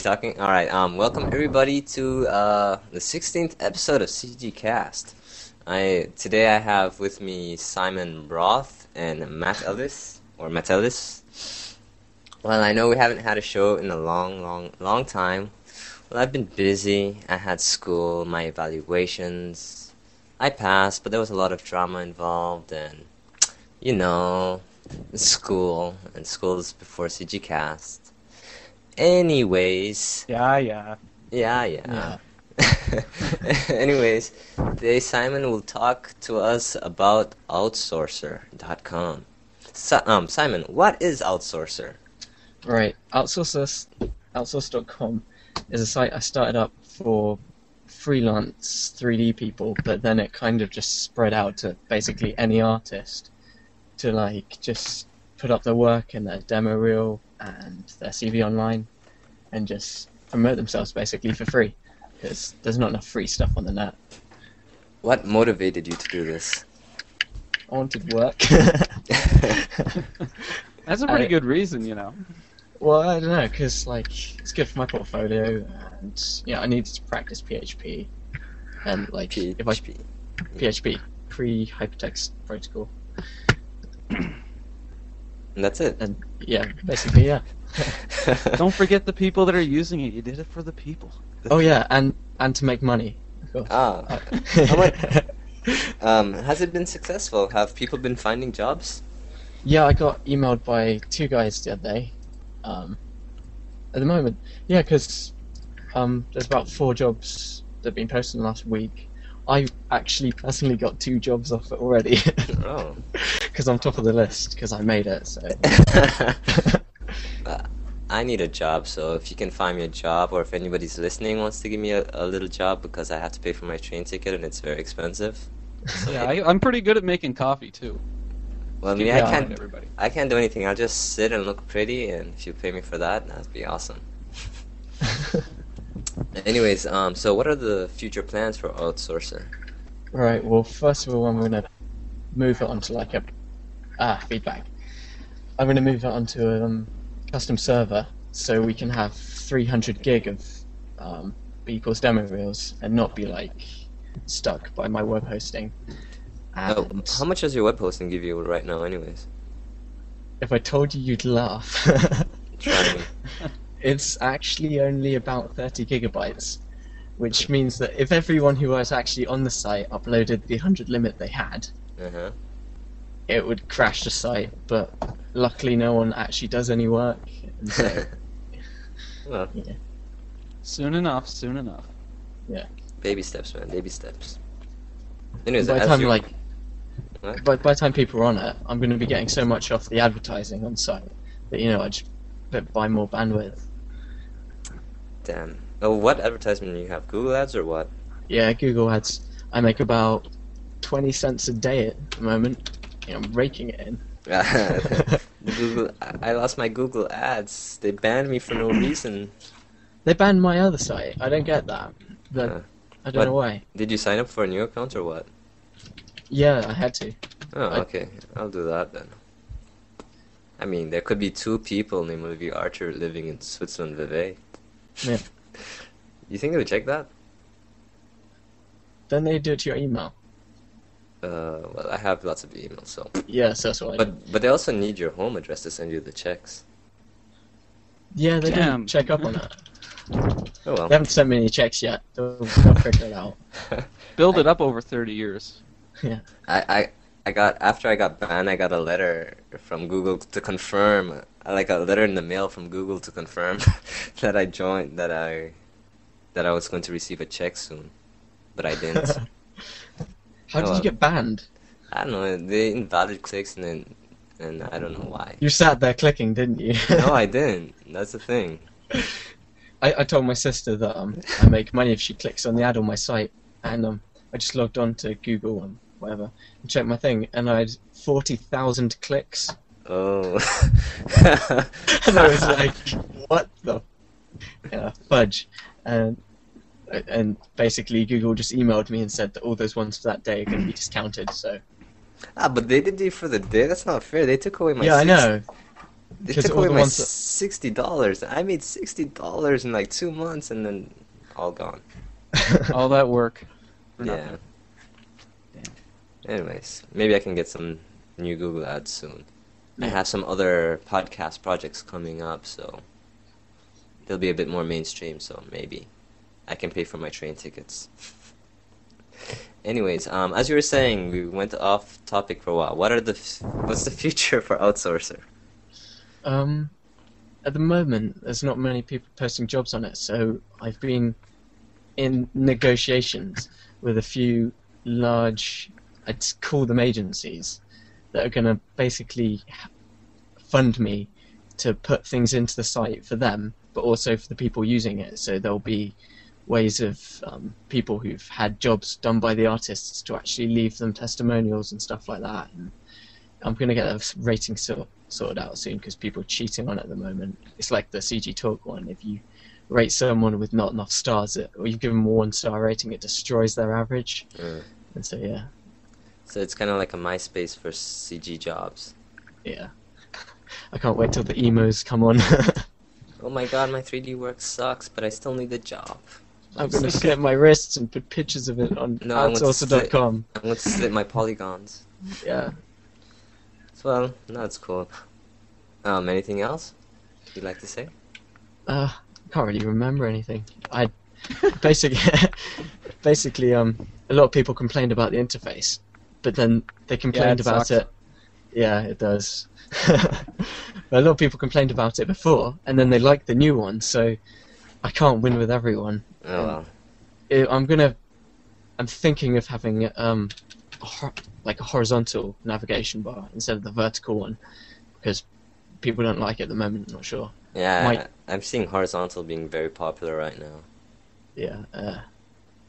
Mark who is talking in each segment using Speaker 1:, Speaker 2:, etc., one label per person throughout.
Speaker 1: talking? All right. Um, welcome everybody to uh, the 16th episode of CG Cast. I today I have with me Simon Roth and Matt Ellis or Matt Ellis. Well, I know we haven't had a show in a long, long, long time. Well, I've been busy. I had school, my evaluations. I passed, but there was a lot of drama involved, and you know, school and school's before CG Cast. Anyways,
Speaker 2: Yeah, yeah.
Speaker 1: yeah, yeah. Anyways, today Simon will talk to us about outsourcer.com. Si- um, Simon, what is outsourcer?
Speaker 3: Right. Outsource outsource.com is a site I started up for freelance 3D people, but then it kind of just spread out to basically any artist to like just put up their work and their demo reel and their CV online and just promote themselves basically for free because there's not enough free stuff on the net.
Speaker 1: What motivated you to do this?
Speaker 3: I wanted work.
Speaker 2: That's a pretty
Speaker 3: I-
Speaker 2: good reason, you know.
Speaker 3: Well, I don't know, because like it's good for my portfolio, and you know I needed to practice PHP, and like if I
Speaker 1: PHP.
Speaker 3: PHP pre hypertext protocol,
Speaker 1: And that's it.
Speaker 3: and yeah, basically yeah.
Speaker 2: Don't forget the people that are using it. You did it for the people.
Speaker 3: Oh yeah, and and to make money.
Speaker 1: ah, much- um, has it been successful? Have people been finding jobs?
Speaker 3: yeah, I got emailed by two guys the other day. Um, at the moment, yeah, because um, there's about four jobs that have been posted in the last week. I actually personally got two jobs off it already.
Speaker 1: Oh.
Speaker 3: because I'm top of the list because I made it. So
Speaker 1: I need a job, so if you can find me a job, or if anybody's listening wants to give me a, a little job because I have to pay for my train ticket and it's very expensive.
Speaker 2: Yeah, I, I'm pretty good at making coffee too.
Speaker 1: Well, I mean,
Speaker 3: Yeah.
Speaker 1: I
Speaker 2: Find
Speaker 1: can't,
Speaker 2: everybody.
Speaker 1: I can't do anything. I'll just sit and look pretty, and if you pay me for that, that'd be awesome. Anyways, um, so what are the future plans for Outsourcer?
Speaker 3: right, well, first of all, I'm gonna move it onto like a ah feedback. I'm gonna move it onto a um, custom server so we can have 300 gig of um, B equals demo reels and not be like stuck by my web hosting.
Speaker 1: Oh,
Speaker 3: And
Speaker 1: how much does your web hosting give you right now, anyways?
Speaker 3: if I told you, you'd laugh.
Speaker 1: Try me.
Speaker 3: It's actually only about 30 gigabytes, which means that if everyone who was actually on the site uploaded the 100 limit they had,
Speaker 1: Uh-huh.
Speaker 3: it would crash the site. But luckily, no one actually does any work. And so,
Speaker 1: well,
Speaker 2: Soon enough, soon enough.
Speaker 1: baby steps, man. Baby steps. Anyways,
Speaker 3: by the
Speaker 1: as
Speaker 3: time
Speaker 1: you-
Speaker 3: like
Speaker 1: What?
Speaker 3: by, by the time people are on it, I'm going to be getting so much off the advertising on site that you know I just bit- buy more bandwidth.
Speaker 1: Damn. Oh, what advertisement do you have? Google Ads or what?
Speaker 3: Yeah, Google Ads. I make about 20 cents a day at the moment. You know, I'm raking it in.
Speaker 1: Google. I I lost my Google Ads. They banned me for no reason.
Speaker 3: They banned my other site. I don't get that. But
Speaker 1: Huh.
Speaker 3: I don't
Speaker 1: But-
Speaker 3: know why.
Speaker 1: Did you sign up for a new account or what?
Speaker 3: Yeah, I had to.
Speaker 1: Oh,
Speaker 3: I-
Speaker 1: okay. I'll do that then. I mean, there could be two people named Olivia Archer living in Switzerland, Vevey.
Speaker 3: Yeah.
Speaker 1: you think they would check that?
Speaker 3: Then they do it to your email.
Speaker 1: Uh, well, I have lots of emails, so.
Speaker 3: Yeah, so that's what I did.
Speaker 1: But but they also need your home address to send you the checks.
Speaker 3: Yeah, they
Speaker 2: Damn.
Speaker 3: didn't check up on that.
Speaker 1: Oh well.
Speaker 3: They haven't sent me any checks yet. They'll, they'll figure it out.
Speaker 2: Build it up over 30 years.
Speaker 1: I, I I got after I got banned, I got a letter from Google to confirm, like a letter in the mail from Google to confirm that I joined, that I that I was going to receive a check soon, but I didn't.
Speaker 3: How did
Speaker 1: Hello.
Speaker 3: you get banned?
Speaker 1: I don't know. They invalid clicks and then, and I don't know why.
Speaker 3: You sat there clicking, didn't you?
Speaker 1: No, I didn't. That's the thing.
Speaker 3: I, I told my sister that um, I make money if she clicks on the ad on my site, and um, I just logged on to Google and whatever and checked my thing, and I had forty thousand clicks,
Speaker 1: Oh.
Speaker 3: and I was like, "What the yeah, fudge?" And and basically, Google just emailed me and said that all those ones for that day are going to be discounted. So
Speaker 1: ah, but they did it for the day. That's not fair. They took away my.
Speaker 3: yeah, I
Speaker 1: six-
Speaker 3: know.
Speaker 1: They
Speaker 3: 'Cause
Speaker 1: took
Speaker 3: all
Speaker 1: away
Speaker 3: the
Speaker 1: my
Speaker 3: ones that-
Speaker 1: sixty dollars. I made sixty dollars in like two months, and then all gone.
Speaker 2: All that work. For
Speaker 1: yeah.
Speaker 2: Nothing.
Speaker 1: Anyways, maybe I can get some new Google ads soon. I have some other podcast projects coming up, so they'll be a bit more mainstream. So maybe I can pay for my train tickets. Anyways, um, as you were saying, we went off topic for a while. What are the f- what's the future for outsourcer?
Speaker 3: Um, at the moment, there's not many people posting jobs on it, so I've been in negotiations with a few large, I'd call them agencies, that are going to basically fund me to put things into the site for them, but also for the people using it. So there'll be ways of um, people who've had jobs done by the artists to actually leave them testimonials and stuff like that. And I'm going to get a rating sort, sorted out soon because people are cheating on it at the moment. It's like the CG Talk one. If you rate someone with not enough stars, it, or you give them a one star rating, it destroys their average.
Speaker 1: Mm.
Speaker 3: And so, yeah,
Speaker 1: So it's kind of like a MySpace for CG jobs.
Speaker 3: yeah. I can't wait till the emos come on.
Speaker 1: Oh my god, my 3D work sucks, but I still need the job.
Speaker 3: I'm going to snap my wrists and put pictures of it on
Speaker 1: No, I want to
Speaker 3: outsourcer.com.
Speaker 1: I'm going to slit my polygons.
Speaker 3: Yeah.
Speaker 1: Well, no, it's cool. Um, anything else you'd like to say?
Speaker 3: Uh, I can't really remember anything. I basically, basically, um, a lot of people complained about the interface, but then they complained
Speaker 4: it
Speaker 3: about
Speaker 4: sucks.
Speaker 3: it. Yeah, it does. but a lot of people complained about it before, and then they liked the new one. So I can't win with everyone.
Speaker 1: Oh well.
Speaker 3: I- I'm gonna, I'm thinking of having um, a hor- like a horizontal navigation bar instead of the vertical one, because people don't like it at the moment. I'm not sure.
Speaker 1: Yeah,
Speaker 3: Mike-
Speaker 1: I, I'm seeing horizontal being very popular right now.
Speaker 3: yeah, uh,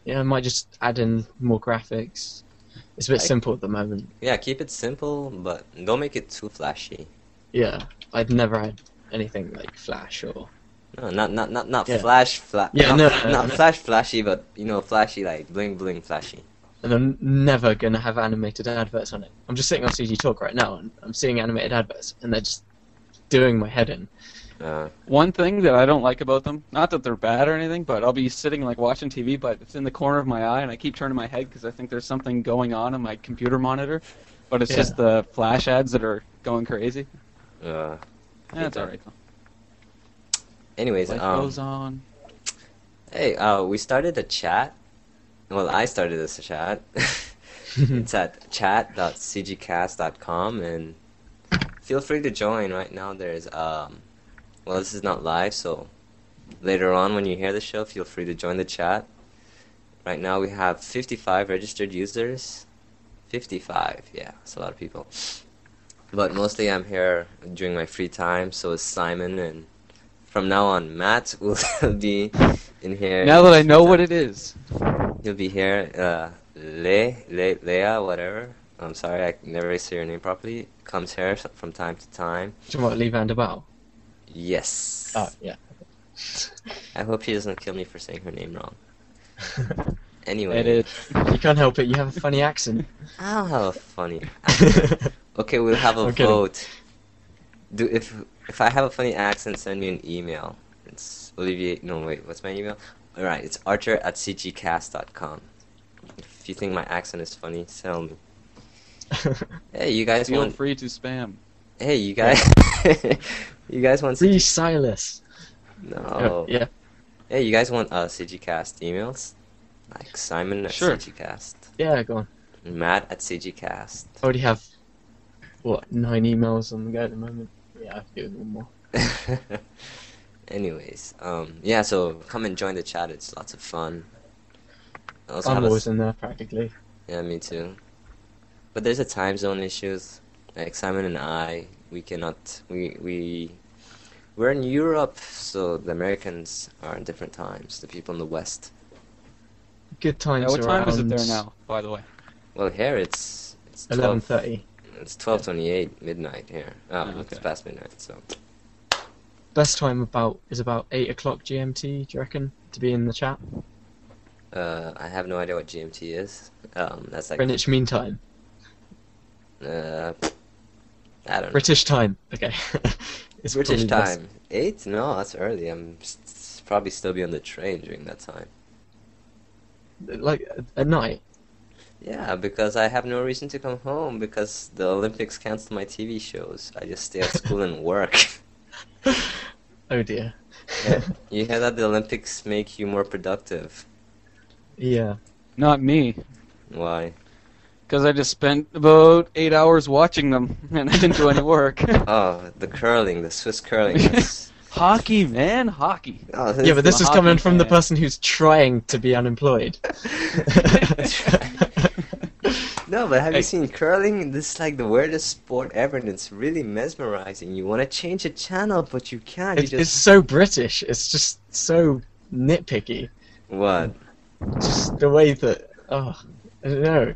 Speaker 3: yeah, I might just add in more graphics. It's a bit
Speaker 1: I-
Speaker 3: simple at the moment.
Speaker 1: Yeah, keep it simple, but don't make it too flashy.
Speaker 3: Yeah, I've never had anything like Flash or
Speaker 1: No, not not not not
Speaker 3: Yeah.
Speaker 1: flash flash.
Speaker 3: Yeah,
Speaker 1: not,
Speaker 3: no, no,
Speaker 1: not
Speaker 3: no.
Speaker 1: flash flashy, but you know, flashy like bling bling flashy.
Speaker 3: and I'm never gonna have animated adverts on it. I'm just sitting on CG Talk right now and I'm seeing animated adverts and they're just doing my head in.
Speaker 1: Uh,
Speaker 2: One thing that I don't like about them, not that they're bad or anything, but I'll be sitting like watching TV, but it's in the corner of my eye, and I keep turning my head because I think there's something going on on my computer monitor, but it's
Speaker 3: Yeah.
Speaker 2: just the flash ads that are going crazy.
Speaker 1: uh,
Speaker 2: That's all right. Though.
Speaker 1: anyways,
Speaker 2: Life
Speaker 1: um,
Speaker 2: goes on.
Speaker 1: Hey, uh, we started a chat. Well, I started this chat. it's at chat.cgcast.com, and feel free to join. Right now, there's um, well, this is not live, so later on when you hear the show, feel free to join the chat. Right now, we have 55 registered users. 55, yeah, that's a lot of people. But mostly, I'm here during my free time. So is Simon, and from now on, Matt will be in here.
Speaker 2: Now that I know what it is,
Speaker 1: You'll be here, uh, Le, Le, Leia, whatever. I'm sorry, I never say your name properly. Comes here s- from time to time.
Speaker 3: Do you want to leave Andabal?
Speaker 1: Yes.
Speaker 2: Ah.
Speaker 3: Oh yeah.
Speaker 1: I hope she doesn't kill me for saying her name wrong. Anyway,
Speaker 2: it is.
Speaker 3: You can't help it, you have a funny accent.
Speaker 1: I don't have a funny. okay, we'll have a
Speaker 3: I'm kidding.
Speaker 1: vote. Do if if I have a funny accent, send me an email. It's Olivier. No, wait, what's my email? All right, it's Archer at cgcast.com. If you think my accent is funny, tell me. Hey, you guys
Speaker 2: Feel
Speaker 1: want?
Speaker 2: free to spam.
Speaker 1: Hey, you guys. you guys want?
Speaker 3: Free Silas.
Speaker 1: No.
Speaker 3: Yeah.
Speaker 1: Hey, you guys want uh, CGcast emails? Like Simon at
Speaker 2: Sure.
Speaker 1: CGcast,
Speaker 3: Yeah, go on.
Speaker 1: Matt at CGcast.
Speaker 3: I already have what, nine emails on the go at the moment. Yeah, I've given one more.
Speaker 1: Anyways, um, yeah. So come and join the chat. It's lots of fun. I also
Speaker 3: I'm
Speaker 1: have a-
Speaker 3: always in there practically.
Speaker 1: Yeah, me too. But there's a time zone issues. Like Simon and I, we cannot. We we we're in Europe, so the Americans are in different times. The people in the West.
Speaker 3: Good times
Speaker 2: Yeah, what time is it
Speaker 3: around
Speaker 2: there now? By the way,
Speaker 1: Well, here it's it's
Speaker 3: 11.30.
Speaker 1: twelve. It's twelve twenty-eight midnight here. Um,
Speaker 2: Oh,
Speaker 1: it's
Speaker 2: okay.
Speaker 1: past midnight, so
Speaker 3: Best time about is about 8 o'clock GMT, do you reckon, to be in the chat?
Speaker 1: uh, I have no idea what GMT is. Um, that's like
Speaker 3: Greenwich Mean Time.
Speaker 1: uh, I don't know.
Speaker 3: British time. Okay. It's
Speaker 1: British
Speaker 3: probably best-
Speaker 1: time. Eight? No, that's early. I'm s- s- probably still be on the train during that time.
Speaker 3: Like at- at night.
Speaker 1: Yeah, because I have no reason to come home because the Olympics cancel my TV shows. I just stay at school and work.
Speaker 3: Oh dear.
Speaker 1: Yeah. You hear that the Olympics make you more productive.
Speaker 3: yeah.
Speaker 2: Not me,
Speaker 1: Why?
Speaker 2: because I just spent about eight hours watching them and I didn't do any work.
Speaker 1: Oh, the curling, the Swiss curling. That's,
Speaker 2: hockey, man, hockey.
Speaker 1: oh, this
Speaker 3: Yeah, but this
Speaker 2: the
Speaker 3: is coming
Speaker 2: hockey
Speaker 3: from the
Speaker 2: fan.
Speaker 3: person who's trying to be unemployed.
Speaker 1: No, but have
Speaker 2: Hey.
Speaker 1: you seen curling? This is like the weirdest sport ever, and it's really mesmerizing. You want to change the channel, but you can't. You
Speaker 3: It, it's
Speaker 1: just
Speaker 3: so British. It's just so nitpicky.
Speaker 1: what?
Speaker 3: Just the way that. Oh, I don't know.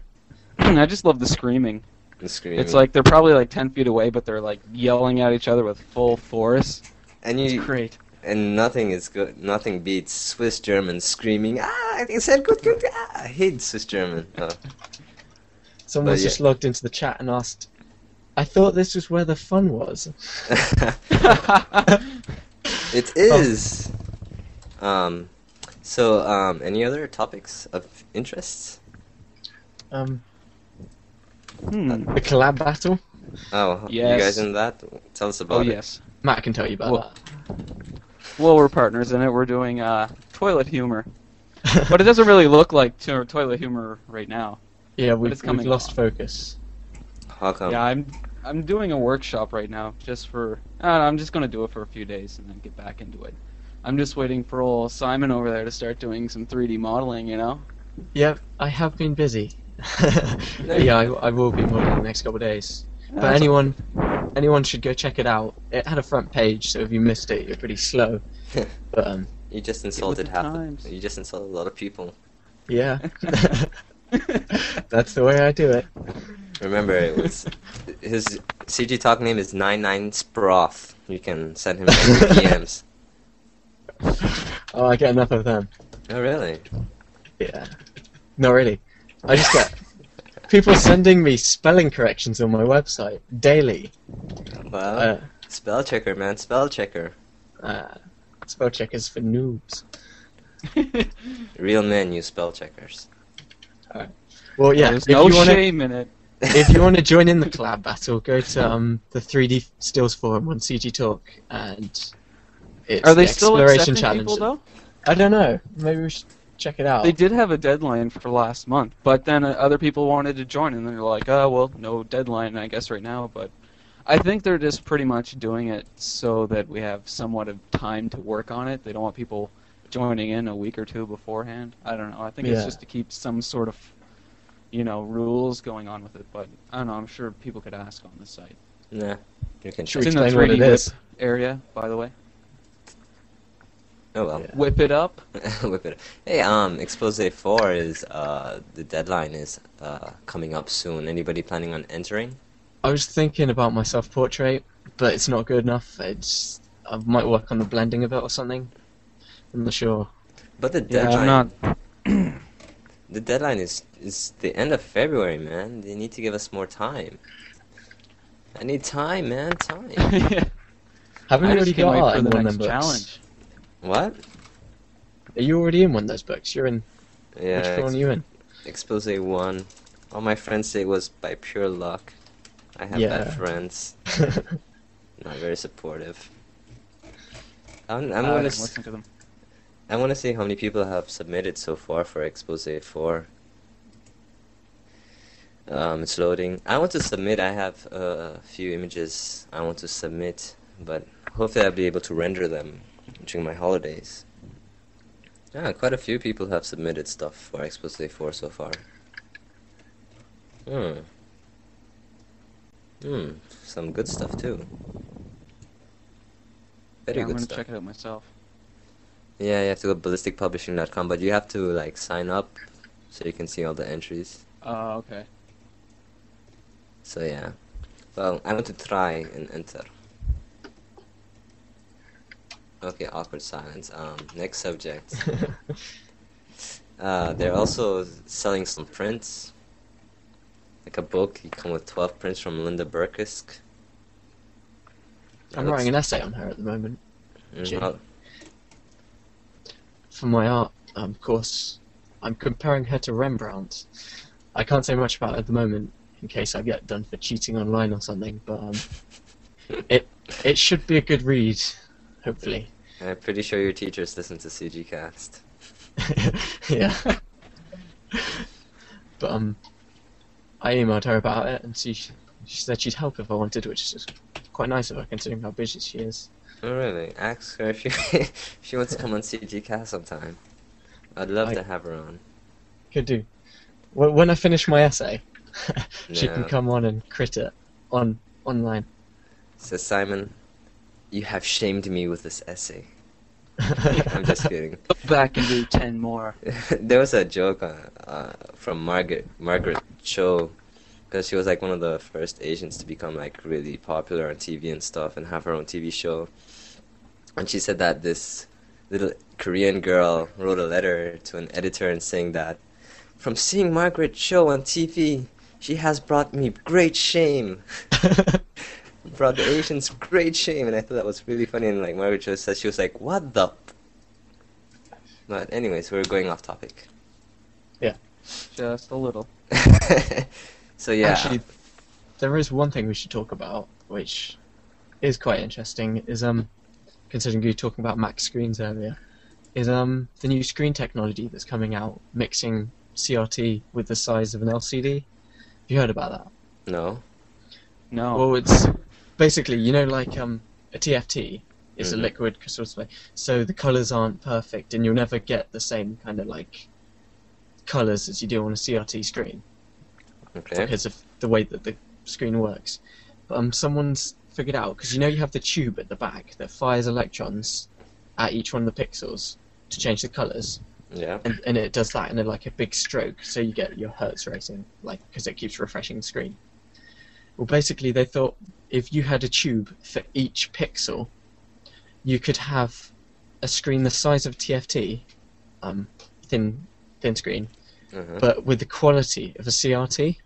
Speaker 2: I just love the screaming.
Speaker 1: The screaming.
Speaker 2: It's like they're probably like ten feet away, but they're like yelling at each other with full force.
Speaker 1: and
Speaker 2: It's
Speaker 1: you
Speaker 2: great.
Speaker 1: and nothing is good. Nothing beats Swiss German screaming. Ah, I said good, good. Ah, I hate Swiss German. Oh.
Speaker 3: Someone's
Speaker 1: yeah.
Speaker 3: just logged into the chat and asked, "I thought this was where the fun was."
Speaker 1: it
Speaker 3: Oh,
Speaker 2: Oh.
Speaker 1: is. Um, so um, any other topics of interest?
Speaker 3: Um,
Speaker 2: Hmm.
Speaker 3: the collab battle.
Speaker 1: Oh, you
Speaker 2: Yes.
Speaker 1: guys in that? Tell us about
Speaker 2: Oh
Speaker 1: it.
Speaker 2: yes.
Speaker 3: Matt can tell you about
Speaker 2: Well, well, we're partners in it. We're doing uh, toilet humor, but it doesn't really look like to- toilet humor right now.
Speaker 3: yeah, we,
Speaker 2: but it's coming
Speaker 3: we've lost
Speaker 2: along.
Speaker 3: focus.
Speaker 1: How come?
Speaker 2: Yeah, I'm I'm doing a workshop right now just for I don't know, I'm just gonna do it for a few days and then get back into it. I'm just waiting for old Simon over there to start doing some 3D modeling. You know.
Speaker 3: Yep, I have been busy. But yeah, I, I will be more in the next couple of days.
Speaker 1: Ah,
Speaker 3: But
Speaker 2: That's-
Speaker 3: anyone, anyone should go check it out. It had a front page, so if you missed it, you're pretty slow. but um,
Speaker 1: You just insulted
Speaker 2: the
Speaker 1: half.
Speaker 2: times.
Speaker 1: You just insulted a lot of people.
Speaker 3: yeah, that's the way I do it.
Speaker 1: Remember, it was his CG Talk name is 99 Sproth. You can send him DMs.
Speaker 3: Oh, I get enough of them.
Speaker 1: Oh, really?
Speaker 3: Yeah, not really. I just get people sending me spelling corrections on my website daily.
Speaker 1: Well,
Speaker 3: Uh,
Speaker 1: spell checker, man, spell checker.
Speaker 3: uh, spell checkers for noobs.
Speaker 1: Real men use spell checkers.
Speaker 3: Well, yeah,
Speaker 2: There's
Speaker 3: if
Speaker 2: no
Speaker 3: you wanna-
Speaker 2: shame in it.
Speaker 3: if you want to join in the collab battle, go to um, the 3D Stills forum on CG Talk, and it's
Speaker 2: Are they
Speaker 3: the
Speaker 2: still
Speaker 3: exploration
Speaker 2: accepting
Speaker 3: challenge.
Speaker 2: people though?
Speaker 3: I don't know. Maybe we should check it out.
Speaker 2: They did have a deadline for last month, but then uh, other people wanted to join, and they're like, "Oh, well, no deadline, I guess, right now." But I think they're just pretty much doing it so that we have somewhat of time to work on it. They don't want people joining in a week or two beforehand. I don't know. I think
Speaker 3: Yeah.
Speaker 2: it's just to keep some sort of, you know, rules going on with it. But I don't know. I'm sure people could ask on the site.
Speaker 1: Nah, you can check.
Speaker 3: Should we
Speaker 2: It's in the
Speaker 3: explain what
Speaker 2: 3D
Speaker 3: it is?
Speaker 2: Area, by the way,
Speaker 1: Oh well,
Speaker 2: whip it up.
Speaker 1: whip it. Hey, um, Expose Four is uh the deadline is uh coming up soon. Anybody planning on entering?
Speaker 3: I was thinking about my self-portrait, but it's not good enough. It's I might work on the blending of it or something. I'm not sure.
Speaker 1: But the
Speaker 2: Yeah,
Speaker 1: deadline,
Speaker 2: I'm not.
Speaker 1: the deadline is is the end of February, man. They need to give us more time. I need time, man. Time.
Speaker 3: Haven't
Speaker 2: I
Speaker 3: you
Speaker 2: just
Speaker 3: already
Speaker 2: can't
Speaker 3: got
Speaker 2: wait
Speaker 3: art
Speaker 2: for
Speaker 3: in
Speaker 2: the
Speaker 3: one
Speaker 2: next
Speaker 3: of them books?
Speaker 2: challenge.
Speaker 1: what?
Speaker 3: Are you already in one of those books? You're in.
Speaker 1: Yeah.
Speaker 3: which one
Speaker 1: ex-
Speaker 3: are you in?
Speaker 1: Expose one. All my friends say it was by pure luck. I have bad
Speaker 3: Yeah.
Speaker 1: friends. Not very supportive. I'm,
Speaker 2: I'm
Speaker 3: Uh,
Speaker 1: I'm
Speaker 2: gonna
Speaker 1: gonna. s-
Speaker 2: listen to them.
Speaker 1: I want to see how many people have submitted so far for Expose 4. Um, it's loading. I want to submit. I have uh, a few images I want to submit, but hopefully I'll be able to render them during my holidays. Yeah, quite a few people have submitted stuff for Expose 4 so far. Hmm. Hmm. Some good stuff too. Very
Speaker 2: Yeah,
Speaker 1: good
Speaker 2: I'm gonna
Speaker 1: stuff.
Speaker 2: check it out myself.
Speaker 1: Yeah, you have to go ballisticpublishing.com, but you have to like sign up so you can see all the entries.
Speaker 2: Oh, okay.
Speaker 1: So yeah. Well, I want to try and enter. Okay, awkward silence. Um, next subject. Uh, they're also selling some prints. Like a book, you come with 12 prints from Linda Burkisk. That
Speaker 3: I'm
Speaker 1: looks-
Speaker 3: writing an essay on her at the moment
Speaker 1: Mm, I'll-
Speaker 3: for my art um, course. I'm comparing her to Rembrandt. I can't say much about it at the moment in case I get done for cheating online or something, but um, it it should be a good read, hopefully.
Speaker 1: I'm pretty sure your teachers listen to CGcast.
Speaker 3: yeah. but um, I emailed her about it, and she she said she'd help if I wanted, which is quite nice of her considering how busy she is.
Speaker 1: Oh, really? Ask her if she, if she wants to come on CGcast sometime. I'd love
Speaker 3: I-
Speaker 1: to have her on.
Speaker 3: Could do. Wh- When I finish my essay, she can
Speaker 1: No.
Speaker 3: come on and crit it on online.
Speaker 1: So Simon, you have shamed me with this essay. I'm just kidding.
Speaker 2: Go back and do ten more.
Speaker 1: there was a joke uh, uh, from Margaret Margaret Cho, because she was like one of the first Asians to become like really popular on TV and stuff, and have her own TV show. And she said that this little Korean girl wrote a letter to an editor and saying that from seeing Margaret Cho on TV, she has brought me great shame. brought the Asians great shame, and I thought that was really funny. And like Margaret Cho said, she was like, "What the." P-? But anyways, we're going off topic.
Speaker 2: Just a little.
Speaker 1: so yeah,
Speaker 3: Actually, there is one thing we should talk about, which is quite interesting. Is um, considering you were talking about Mac screens earlier, is um the new screen technology that's coming out, mixing CRT with the size of an LCD. Have you heard about that?
Speaker 1: no.
Speaker 2: No.
Speaker 3: Well, it's basically you know like um a TFT is
Speaker 1: Mhm.
Speaker 3: a liquid crystal display, so the colors aren't perfect, and you'll never get the same kind of like colors as you do on a CRT screen.
Speaker 1: Okay.
Speaker 3: because of the way that the screen works. But um, someone's figured out because you know you have the tube at the back that fires electrons at each one of the pixels to change the colors,
Speaker 1: Yeah.
Speaker 3: and, and it does that in a, like a big stroke, so you get your hertz rating, like because it keeps refreshing the screen. Well, basically they thought if you had a tube for each pixel, you could have a screen the size of TFT, um, thin thin screen,
Speaker 1: uh
Speaker 3: but with the quality of a CRT.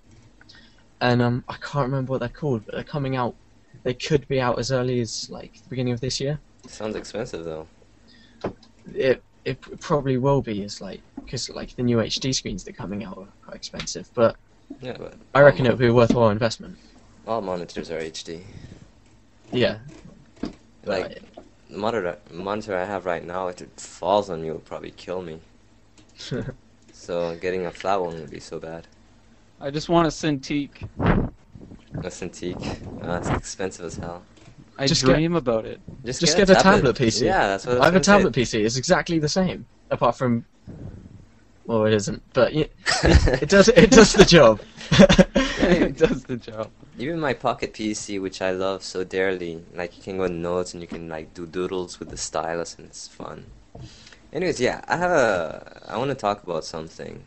Speaker 3: And um, I can't remember what they're called, but they're coming out. They could be out as early as like the beginning of this year.
Speaker 1: Sounds expensive though.
Speaker 3: It it probably will be as like because like the new HD screens that are coming out are quite expensive, but
Speaker 1: Yeah, but
Speaker 3: I reckon it'll be a worthwhile investment.
Speaker 1: all monitors are HD.
Speaker 3: Yeah,
Speaker 1: Like the monitor monitor I have right now, if it falls on me, it'll probably kill me. so getting a flat one would be so bad.
Speaker 2: I just want a Cintiq.
Speaker 1: That's antique. Uh, it's expensive as hell.
Speaker 2: I
Speaker 3: Just get-
Speaker 2: dream about it.
Speaker 3: Just get a tablet PC.
Speaker 1: Yeah, that's what I was
Speaker 3: I have a
Speaker 1: gonna
Speaker 3: tablet PC. It's exactly the same, apart from well, it isn't, but y
Speaker 1: say.
Speaker 3: it does it does the job.
Speaker 2: it does the job.
Speaker 1: Even my pocket PC, which I love so dearly, like you can go notes and you can like do doodles with the stylus, and it's fun. Anyways, yeah, I have a. I want to talk about something,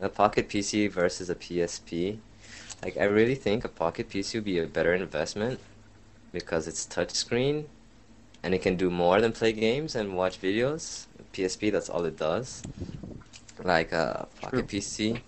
Speaker 1: a pocket PC versus a PSP. Like I really think a pocket PC would be a better investment because it's touchscreen, and it can do more than play games and watch videos. PSP, that's all it does. Like a pocket PC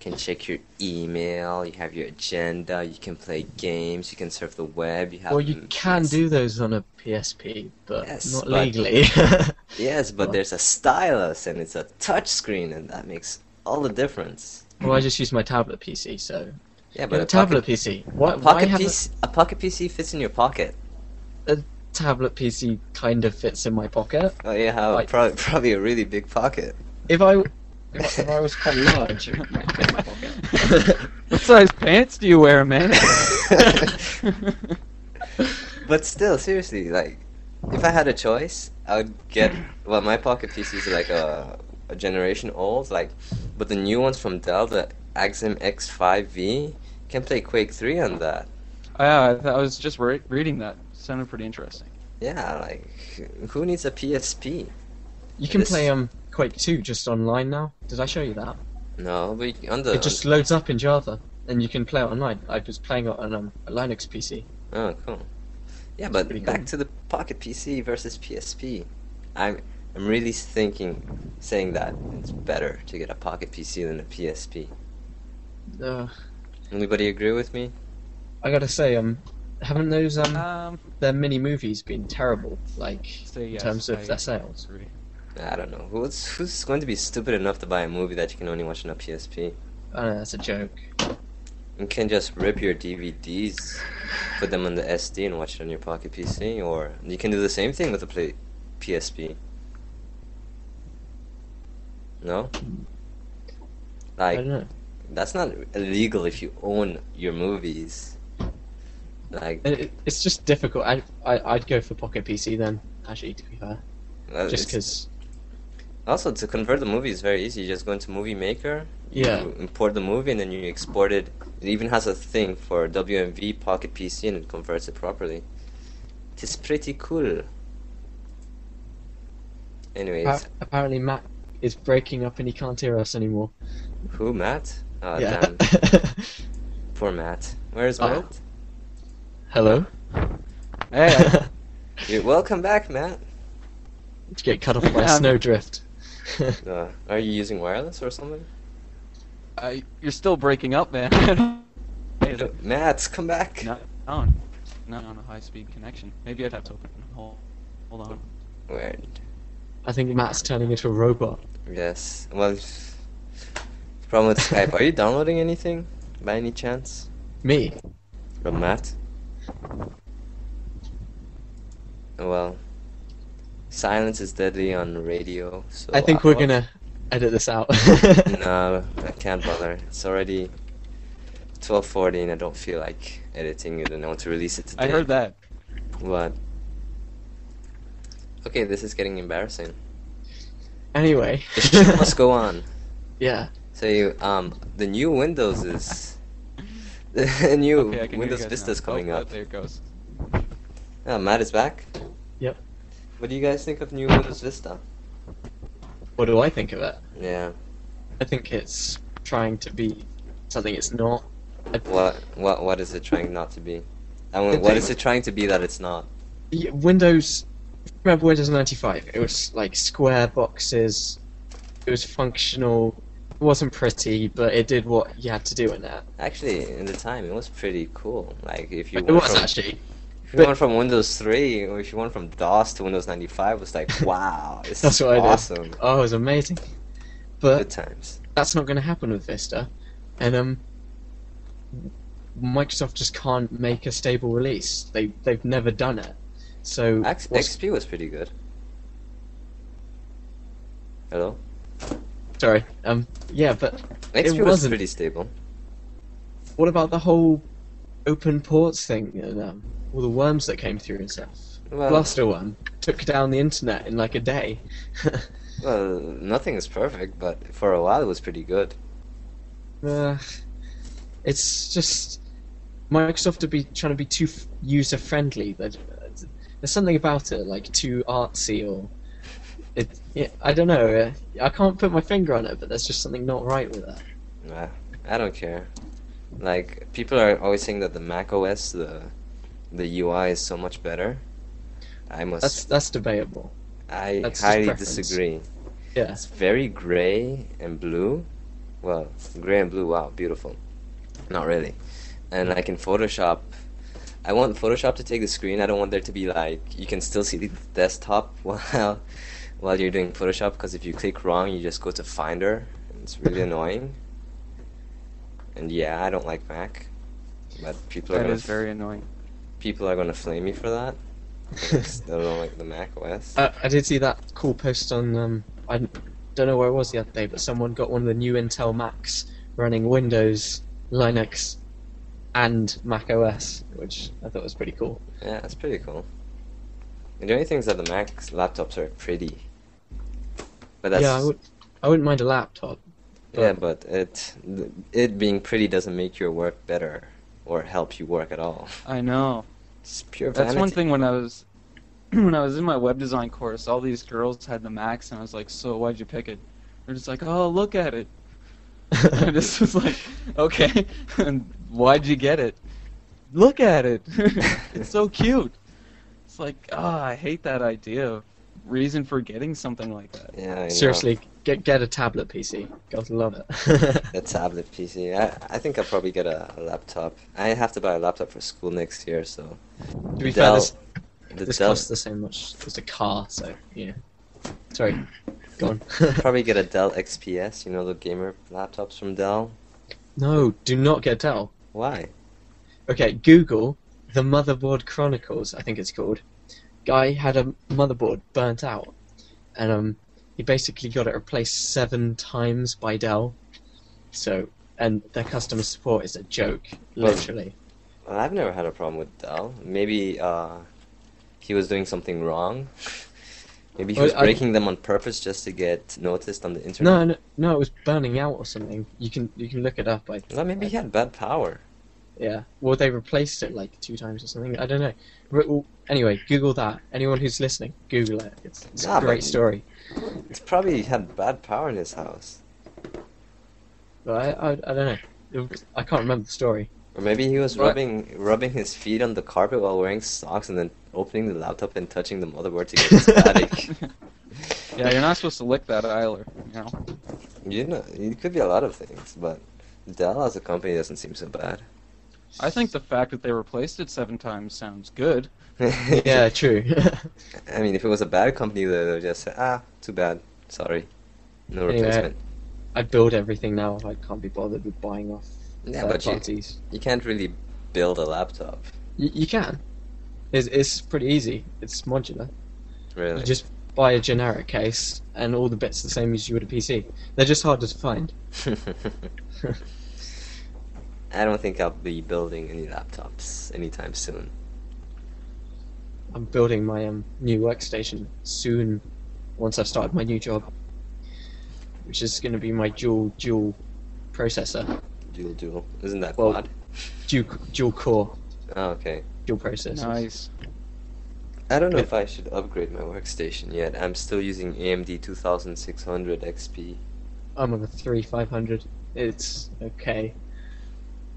Speaker 1: can check your email, you have your agenda, you can play games, you can surf the web, you have
Speaker 3: Well, you
Speaker 1: m-
Speaker 3: can
Speaker 1: Um, yes.
Speaker 3: do those on a PSP, but
Speaker 1: Yes,
Speaker 3: not
Speaker 1: but-
Speaker 3: legally.
Speaker 1: Yes, but
Speaker 3: Well-
Speaker 1: there's a stylus and it's a touch screen and that makes all the difference.
Speaker 3: well, I just use my tablet PC, so.
Speaker 1: Yeah, but
Speaker 3: But a tablet PC.
Speaker 1: pocket,
Speaker 3: What?
Speaker 1: a
Speaker 3: why
Speaker 1: pocket
Speaker 3: have
Speaker 1: PC a pocket PC fits in your pocket.
Speaker 3: a tablet PC kind of fits in my pocket?
Speaker 1: Oh yeah, how
Speaker 3: Like-
Speaker 1: prob- probably a really big pocket.
Speaker 3: If I, if I, if I was quite large, it might fit in my pocket.
Speaker 2: What size pants do you wear, man?
Speaker 1: But still, seriously, like, if I had a choice, I would get. Well, my pocket PCs are like a, a generation old, like, but the new ones from Dell, the Axim X5V, can play Quake 3 on that.
Speaker 2: yeah, I, th- I was just re- reading that. Sounded pretty interesting.
Speaker 1: Yeah, like, who needs a PSP?
Speaker 3: you can
Speaker 1: This-
Speaker 3: play um Quake 2 just online now. Did I show you that?
Speaker 1: No, but you can- on the.
Speaker 3: It just loads up in Java, and you can play it online. I was playing it on um, a Linux PC.
Speaker 1: Oh, cool. Yeah, but
Speaker 3: Pretty
Speaker 1: back
Speaker 3: cool.
Speaker 1: to the pocket PC versus PSP. I'm I'm really thinking, saying that it's better to get a pocket PC than a PSP.
Speaker 3: Uh,
Speaker 1: Anybody agree with me?
Speaker 3: I gotta say, um, haven't those um
Speaker 2: Um,
Speaker 3: their mini movies been terrible? Like
Speaker 2: say
Speaker 3: in
Speaker 2: yes,
Speaker 3: terms of
Speaker 2: I
Speaker 3: their sales.
Speaker 2: agree.
Speaker 1: I don't know. Who's who's going to be stupid enough to buy a movie that you can only watch on a PSP?
Speaker 3: I don't know, that's a joke.
Speaker 1: You can just rip your DVDs, put them on the SD, and watch it on your pocket PC, or you can do the same thing with the play PSP. No.
Speaker 3: I
Speaker 1: Like
Speaker 3: don't know.
Speaker 1: that's not illegal if you own your movies. Like
Speaker 3: It, it- it's just difficult. I, I I'd go for Pocket PC then. Actually, to be fair,
Speaker 1: uh, it's-
Speaker 3: just because
Speaker 1: Also, to convert the movie is very easy. You just go into Movie Maker,
Speaker 3: Yeah.
Speaker 1: you import the movie, and then you export it. It even has a thing for WMV Pocket PC, and it converts it properly. It's pretty cool. Anyways,
Speaker 3: apparently Matt is breaking up and he can't hear us anymore.
Speaker 1: who Matt? Oh,
Speaker 3: yeah.
Speaker 1: damn. Poor Matt. Where's
Speaker 3: Oh.
Speaker 1: Matt?
Speaker 3: Hello.
Speaker 2: Hey, I-
Speaker 1: You're welcome back, Matt.
Speaker 3: Did you get cut off by a
Speaker 2: Um,
Speaker 3: snowdrift?
Speaker 1: Uh, are you using wireless or something?
Speaker 2: I, you're still breaking up, man. Hey,
Speaker 1: No, Matt, come back.
Speaker 2: not on, not on a high-speed connection. Maybe I'd have to open. Hold, hold on.
Speaker 1: Weird.
Speaker 3: I think Matt's turning into a robot.
Speaker 1: Yes. Well, the problem with Skype. Are you downloading anything by any chance?
Speaker 3: Me.
Speaker 1: From Matt? Well, silence is deadly on radio, so.
Speaker 3: I think
Speaker 1: I'll-
Speaker 3: we're gonna edit this out.
Speaker 1: No, I can't bother. It's already 12:40, and I don't feel like editing it, and I want to release it today.
Speaker 2: I heard that.
Speaker 1: What? Okay, this is getting embarrassing.
Speaker 3: Anyway.
Speaker 1: The show must go on.
Speaker 3: Yeah.
Speaker 1: So, you, um, the new Windows is. The new
Speaker 2: okay, I can
Speaker 1: Windows
Speaker 2: hear you guys
Speaker 1: Vista's
Speaker 2: now.
Speaker 1: coming
Speaker 2: oh,
Speaker 1: up.
Speaker 2: There it goes.
Speaker 1: Oh, Matt is back.
Speaker 3: Yep.
Speaker 1: What do you guys think of new Windows Vista?
Speaker 3: What do I think of it?
Speaker 1: Yeah.
Speaker 3: I think it's trying to be something it's not. I-
Speaker 1: What what what is it trying not to be? I mean,
Speaker 3: Good
Speaker 1: what
Speaker 3: thing.
Speaker 1: is it trying to be that it's not?
Speaker 3: Yeah, Windows. Remember Windows 95? It was like square boxes. It was functional. It wasn't pretty, but it did what you had to do in it.
Speaker 1: Actually, in the time, it was pretty cool. Like if you
Speaker 3: It
Speaker 1: went
Speaker 3: was
Speaker 1: from,
Speaker 3: actually.
Speaker 1: if you went from Windows 3 or if you went from DOS to Windows 95, it was like wow, this
Speaker 3: That's
Speaker 1: is
Speaker 3: what I did.
Speaker 1: awesome.
Speaker 3: Oh, it was amazing.
Speaker 1: Good
Speaker 3: But
Speaker 1: times.
Speaker 3: that's not going to happen with Vista, and um, Microsoft just can't make a stable release. They they've never done it. So
Speaker 1: X-
Speaker 3: what's-
Speaker 1: XP was pretty good. Hello.
Speaker 3: sorry. Um, yeah, but It
Speaker 1: XP was
Speaker 3: wasn't.
Speaker 1: pretty stable.
Speaker 3: what about the whole open ports thing and um, all the worms that came through and stuff?
Speaker 1: Well,
Speaker 3: Blaster Worm took down the internet in like a day.
Speaker 1: well, nothing is perfect, but for a while it was pretty good.
Speaker 3: Uh, it's just Microsoft to be trying to be too user friendly. uh, There's something about it, like too artsy or it. Yeah, I don't know. uh, I can't put my finger on it, but there's just something not right with it.
Speaker 1: Nah, I don't care. Like people are always saying that the Mac OS, the the UI is so much better. I must.
Speaker 3: That's that's debatable.
Speaker 1: I
Speaker 3: that's just
Speaker 1: highly
Speaker 3: preference.
Speaker 1: disagree.
Speaker 3: Yeah,
Speaker 1: It's very gray and blue. Well, gray and blue. Wow, beautiful. Not really. And like in Photoshop, I want Photoshop to take the screen. I don't want there to be like you can still see the desktop while while you're doing Photoshop because if you click wrong, you just go to Finder. And it's really annoying. And yeah, I don't like Mac, but people are
Speaker 2: That
Speaker 1: gonna
Speaker 2: is very annoying.
Speaker 1: people are gonna flame me for that. I don't like the Mac OS.
Speaker 3: Uh, I, I did see that cool post on. Um, I don't know where it was the other day, but someone got one of the new Intel Macs running Windows, Linux, and Mac OS, which I thought was pretty cool.
Speaker 1: Yeah, that's pretty cool. And the only thing is that the Mac laptops are pretty. But that's
Speaker 3: Yeah, I, would, I wouldn't mind a laptop.
Speaker 1: yeah, but it it being pretty doesn't make your work better or help you work at all.
Speaker 2: I know.
Speaker 1: It's pure
Speaker 2: That's one
Speaker 1: vanity.
Speaker 2: thing when I was when I was in my web design course, all these girls had the Macs, and I was like, "So why'd you pick it?" They're just like, "Oh, look at it." And I just was like, "Okay, and why'd you get it?" Look at it. it's so cute. It's like, ah, I hate that idea. Reason for getting something like that.
Speaker 1: Yeah, I know.
Speaker 3: Seriously, Get get a tablet PC. God love it.
Speaker 1: A tablet PC. I, I think I'll probably get a, a laptop. I have to buy a laptop for school next year, so
Speaker 3: to be
Speaker 1: Dell-
Speaker 3: fair, this,
Speaker 1: the
Speaker 3: this
Speaker 1: Dell,
Speaker 3: costs the same much as a car, so yeah. Sorry, go on.
Speaker 1: probably get a Dell XPS. You know the gamer laptops from Dell.
Speaker 3: no, do not get Dell.
Speaker 1: Why?
Speaker 3: Okay, Google the Motherboard Chronicles. I think it's called. Guy had a motherboard burnt out, and um, he basically got it replaced seven times by Dell. So, and their customer support is a joke,
Speaker 1: Well,
Speaker 3: literally.
Speaker 1: Well, I've never had a problem with Dell. Maybe uh, he was doing something wrong. Maybe he
Speaker 3: Well,
Speaker 1: was
Speaker 3: I-
Speaker 1: breaking them on purpose just to get noticed on the internet.
Speaker 3: No, no, no, it was burning out or something. You can you can look it up. I
Speaker 1: Well, maybe he had bad power.
Speaker 3: Yeah. Well, they replaced it like two times or something. I don't know. R- well, anyway, Google that. Anyone who's listening, Google it. It's, it's
Speaker 1: Nah,
Speaker 3: a great
Speaker 1: but-
Speaker 3: story.
Speaker 1: It's probably had bad power in his house.
Speaker 3: But I, I, I don't know. It was- I can't remember the story.
Speaker 1: Or maybe he was
Speaker 2: Right.
Speaker 1: rubbing rubbing his feet on the carpet while wearing socks and then opening the laptop and touching the motherboard to get static.
Speaker 2: Yeah, you're not supposed to lick that either. You know,
Speaker 1: You know, it could be a lot of things, but Dell as a company doesn't seem so bad.
Speaker 2: I think the fact that they replaced it seven times sounds good.
Speaker 3: Yeah, true.
Speaker 1: I mean, if it was a bad company, they would just say, ah, too bad, sorry, no
Speaker 3: Anyway,
Speaker 1: replacement.
Speaker 3: I build everything now. I can't be bothered with buying off
Speaker 1: Yeah,
Speaker 3: third
Speaker 1: but you-
Speaker 3: parties.
Speaker 1: You can't really build a laptop,
Speaker 3: You, you can. It's, it's pretty easy. It's modular.
Speaker 1: really.
Speaker 3: You just buy a generic case, and all the bits are the same as you would a PC. They're just harder to find.
Speaker 1: I don't think I'll be building any laptops anytime soon.
Speaker 3: I'm building my um, new workstation soon once I've started my new job, which is going to be my dual dual processor,
Speaker 1: Dual dual, isn't that
Speaker 3: Well-
Speaker 1: quad?
Speaker 3: dual dual core,
Speaker 1: Oh, okay.
Speaker 3: dual processor.
Speaker 2: Nice.
Speaker 1: I don't know
Speaker 3: Yeah.
Speaker 1: if I should upgrade my workstation yet. I'm still using AMD 2600 XP.
Speaker 3: I'm on a three five hundred. It's okay.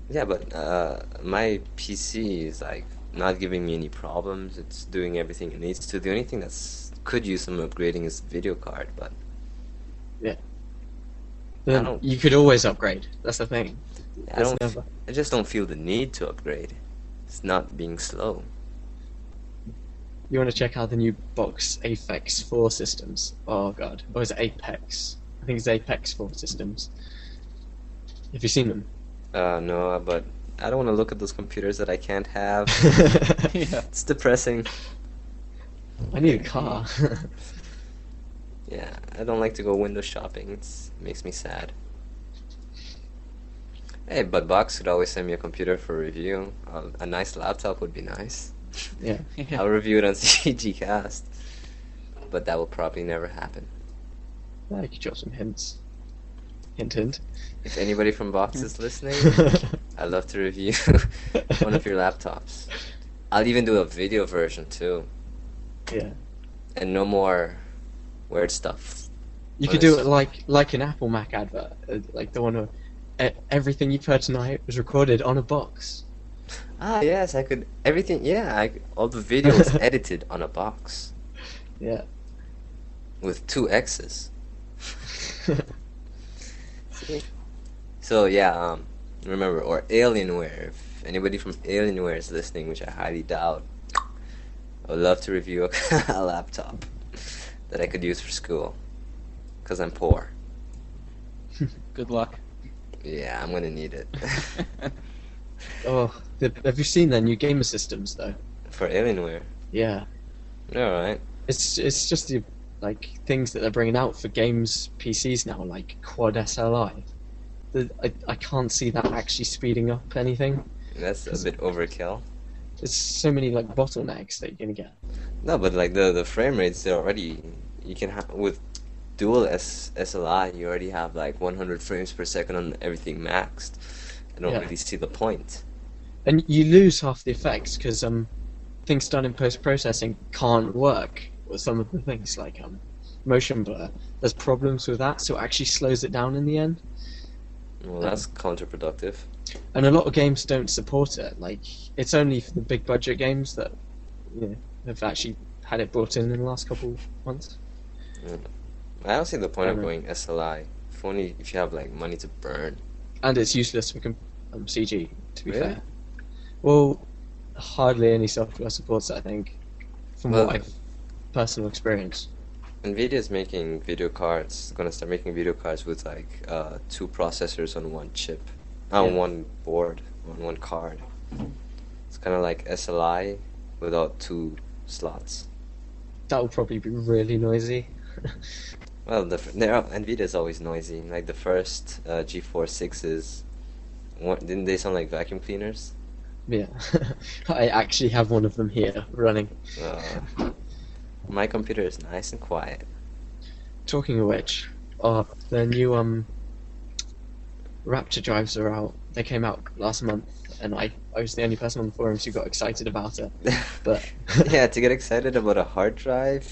Speaker 1: Yeah, but uh, my PC is like not giving me any problems. It's doing everything it needs to. The only thing that's could use some upgrading is the video card, but
Speaker 3: Then
Speaker 1: don't-
Speaker 3: you could always upgrade. That's the thing.
Speaker 1: I
Speaker 3: It's
Speaker 1: don't.
Speaker 3: never-
Speaker 1: I just don't feel the need to upgrade. It's not being slow.
Speaker 3: You want to check out the new Box Apex 4 systems. Oh god. Or is it Apex? I think it's Apex 4 systems. Have you seen them?
Speaker 1: Uh, no, but I don't want to look at those computers that I can't have.
Speaker 2: Yeah.
Speaker 1: It's depressing.
Speaker 3: I need a car.
Speaker 1: Yeah, I don't like to go window shopping. It's, it makes me sad. Hey, but Box could always send me a computer for review. A, a nice laptop would be nice.
Speaker 3: yeah.
Speaker 2: Yeah.
Speaker 1: I'll review it on CGCast. But that will probably never happen.
Speaker 3: I could drop some hints. Hint, hint.
Speaker 1: If anybody from Box is listening, I'd love to review one of your laptops. I'll even do a video version too.
Speaker 3: yeah.
Speaker 1: And no more weird stuff.
Speaker 3: You
Speaker 1: Well,
Speaker 3: could do
Speaker 1: it's-
Speaker 3: it like like an Apple Mac advert, uh, like the one where e- everything you've heard tonight was recorded on a box.
Speaker 1: Ah, yes, I could. Everything, yeah, I, all the video was edited on a box
Speaker 3: Yeah.
Speaker 1: with two X's. So yeah, um, remember or Alienware. If anybody from Alienware is listening, which I highly doubt, I would love to review a, a laptop that I could use for school, cause I'm poor.
Speaker 2: Good luck.
Speaker 1: Yeah, I'm gonna need it
Speaker 3: oh, the, have you seen their new gamer systems though?
Speaker 1: for Alienware.
Speaker 3: Yeah.
Speaker 1: All right.
Speaker 3: It's it's just the like things that they're bringing out for games PCs now, like Quad SLI. The, I I can't see that actually speeding up anything.
Speaker 1: That's a bit overkill.
Speaker 3: There's so many like bottlenecks that you're gonna get.
Speaker 1: No, but like the the frame rates, they're already you can have with dual S SLI, you already have like 100 frames per second on everything maxed. I don't
Speaker 3: Yeah.
Speaker 1: really see the point.
Speaker 3: and you lose half the effects because um, things done in post processing can't work with some of the things like um, motion blur. There's problems with that, so it actually slows it down in the end.
Speaker 1: Well, that's counterproductive.
Speaker 3: And a lot of games don't support it. Like it's only for the big budget games that you know, have actually had it brought in in the last couple months.
Speaker 1: I don't see the point of
Speaker 2: Mhm.
Speaker 1: going SLI. If only if you have like money to burn.
Speaker 3: and it's useless for com- um, CG. To be
Speaker 1: Really?
Speaker 3: fair, well, hardly any software supports it. I think, from
Speaker 1: Well-
Speaker 3: what I've personal experience.
Speaker 1: Nvidia's making video cards. Gonna start making video cards with like uh, two processors on one chip, on
Speaker 3: Yeah.
Speaker 1: one board, on one card. It's kind of like SLI without two slots.
Speaker 3: That will probably be really noisy.
Speaker 1: Well, the f- they're, Nvidia's always noisy. Like the first uh, GeForce sixes, what, didn't they sound like vacuum cleaners?
Speaker 3: Yeah, I actually have one of them here running.
Speaker 1: Uh, my computer is nice and quiet.
Speaker 3: Talking of which, oh, the new um Raptor drives are out. They came out last month, and I I was the only person on the forums who got excited about it. But
Speaker 1: yeah, to get excited about a hard drive.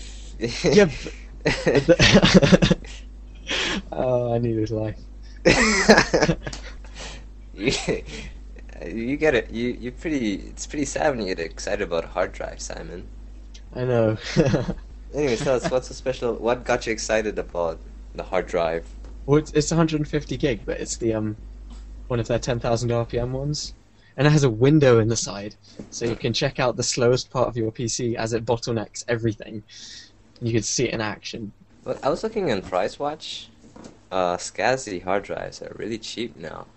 Speaker 3: yeah, but- oh, I knew his life.
Speaker 1: you, you get it. You you pretty. It's pretty sad when you get excited about a hard drive, Simon.
Speaker 3: I know.
Speaker 1: Anyways, tell us what's so special. What got you excited about the hard drive?
Speaker 3: well, it's, it's 150 gig, but it's the um one of their 10,000 RPM ones, and it has a window in the side, so you can check out the slowest part of your PC as it bottlenecks everything. You can see it in action.
Speaker 1: Well, I was looking on PriceWatch. Uh, SCSI hard drives are really cheap now.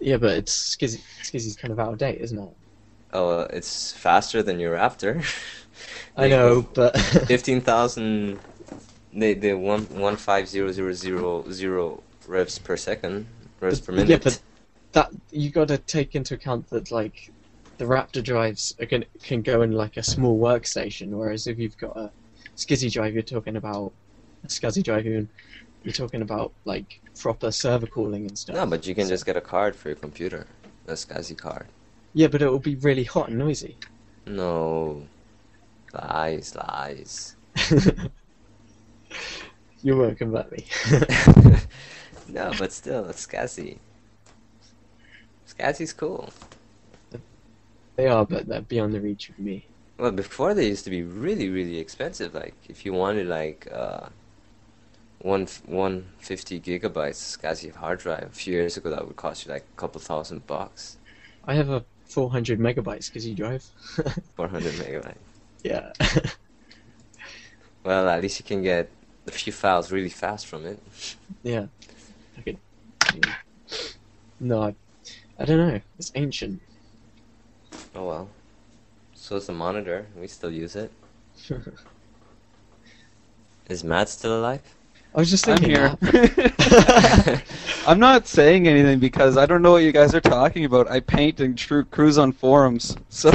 Speaker 3: Yeah, but it's Skizzy, Skizzy's kind of out of date, isn't it?
Speaker 1: Oh, uh, it's faster than your Raptor.
Speaker 3: I know, but
Speaker 1: Fifteen thousand. They they one one five zero zero zero zero revs per second, revs per minute.
Speaker 3: yeah, but that you got to take into account that like the Raptor drives are can can go in like a small workstation, whereas if you've got a Skizzy drive, you're talking about a SCSI drive, even you're talking about like proper server cooling and stuff.
Speaker 1: No, but you can just get a card for your computer, a SCSI card.
Speaker 3: yeah, but it will be really hot and noisy.
Speaker 1: No, lies, lies.
Speaker 3: you won't convert me.
Speaker 1: no, but still, it's SCSI. SCSI's cool.
Speaker 3: they are, but they're beyond the reach of me.
Speaker 1: Well, before they used to be really, really expensive. Like if you wanted like uh, one one fifty gigabytes SCSI hard drive a few years ago, that would cost you like a couple thousand bucks,
Speaker 3: I have a 400 megabyte Skizzy drive.
Speaker 1: four hundred megabytes.
Speaker 3: yeah.
Speaker 1: Well, at least you can get a few files really fast from it.
Speaker 3: Yeah. I could. No, I, I don't know. It's ancient.
Speaker 1: Oh well. So is the monitor. We still use it.
Speaker 3: I
Speaker 1: Is Matt still alive?
Speaker 3: was just
Speaker 2: I'm
Speaker 3: thinking.
Speaker 2: here.
Speaker 3: that.
Speaker 2: I'm not saying anything because I don't know what you guys are talking about. I paint and tru- cruise on forums, so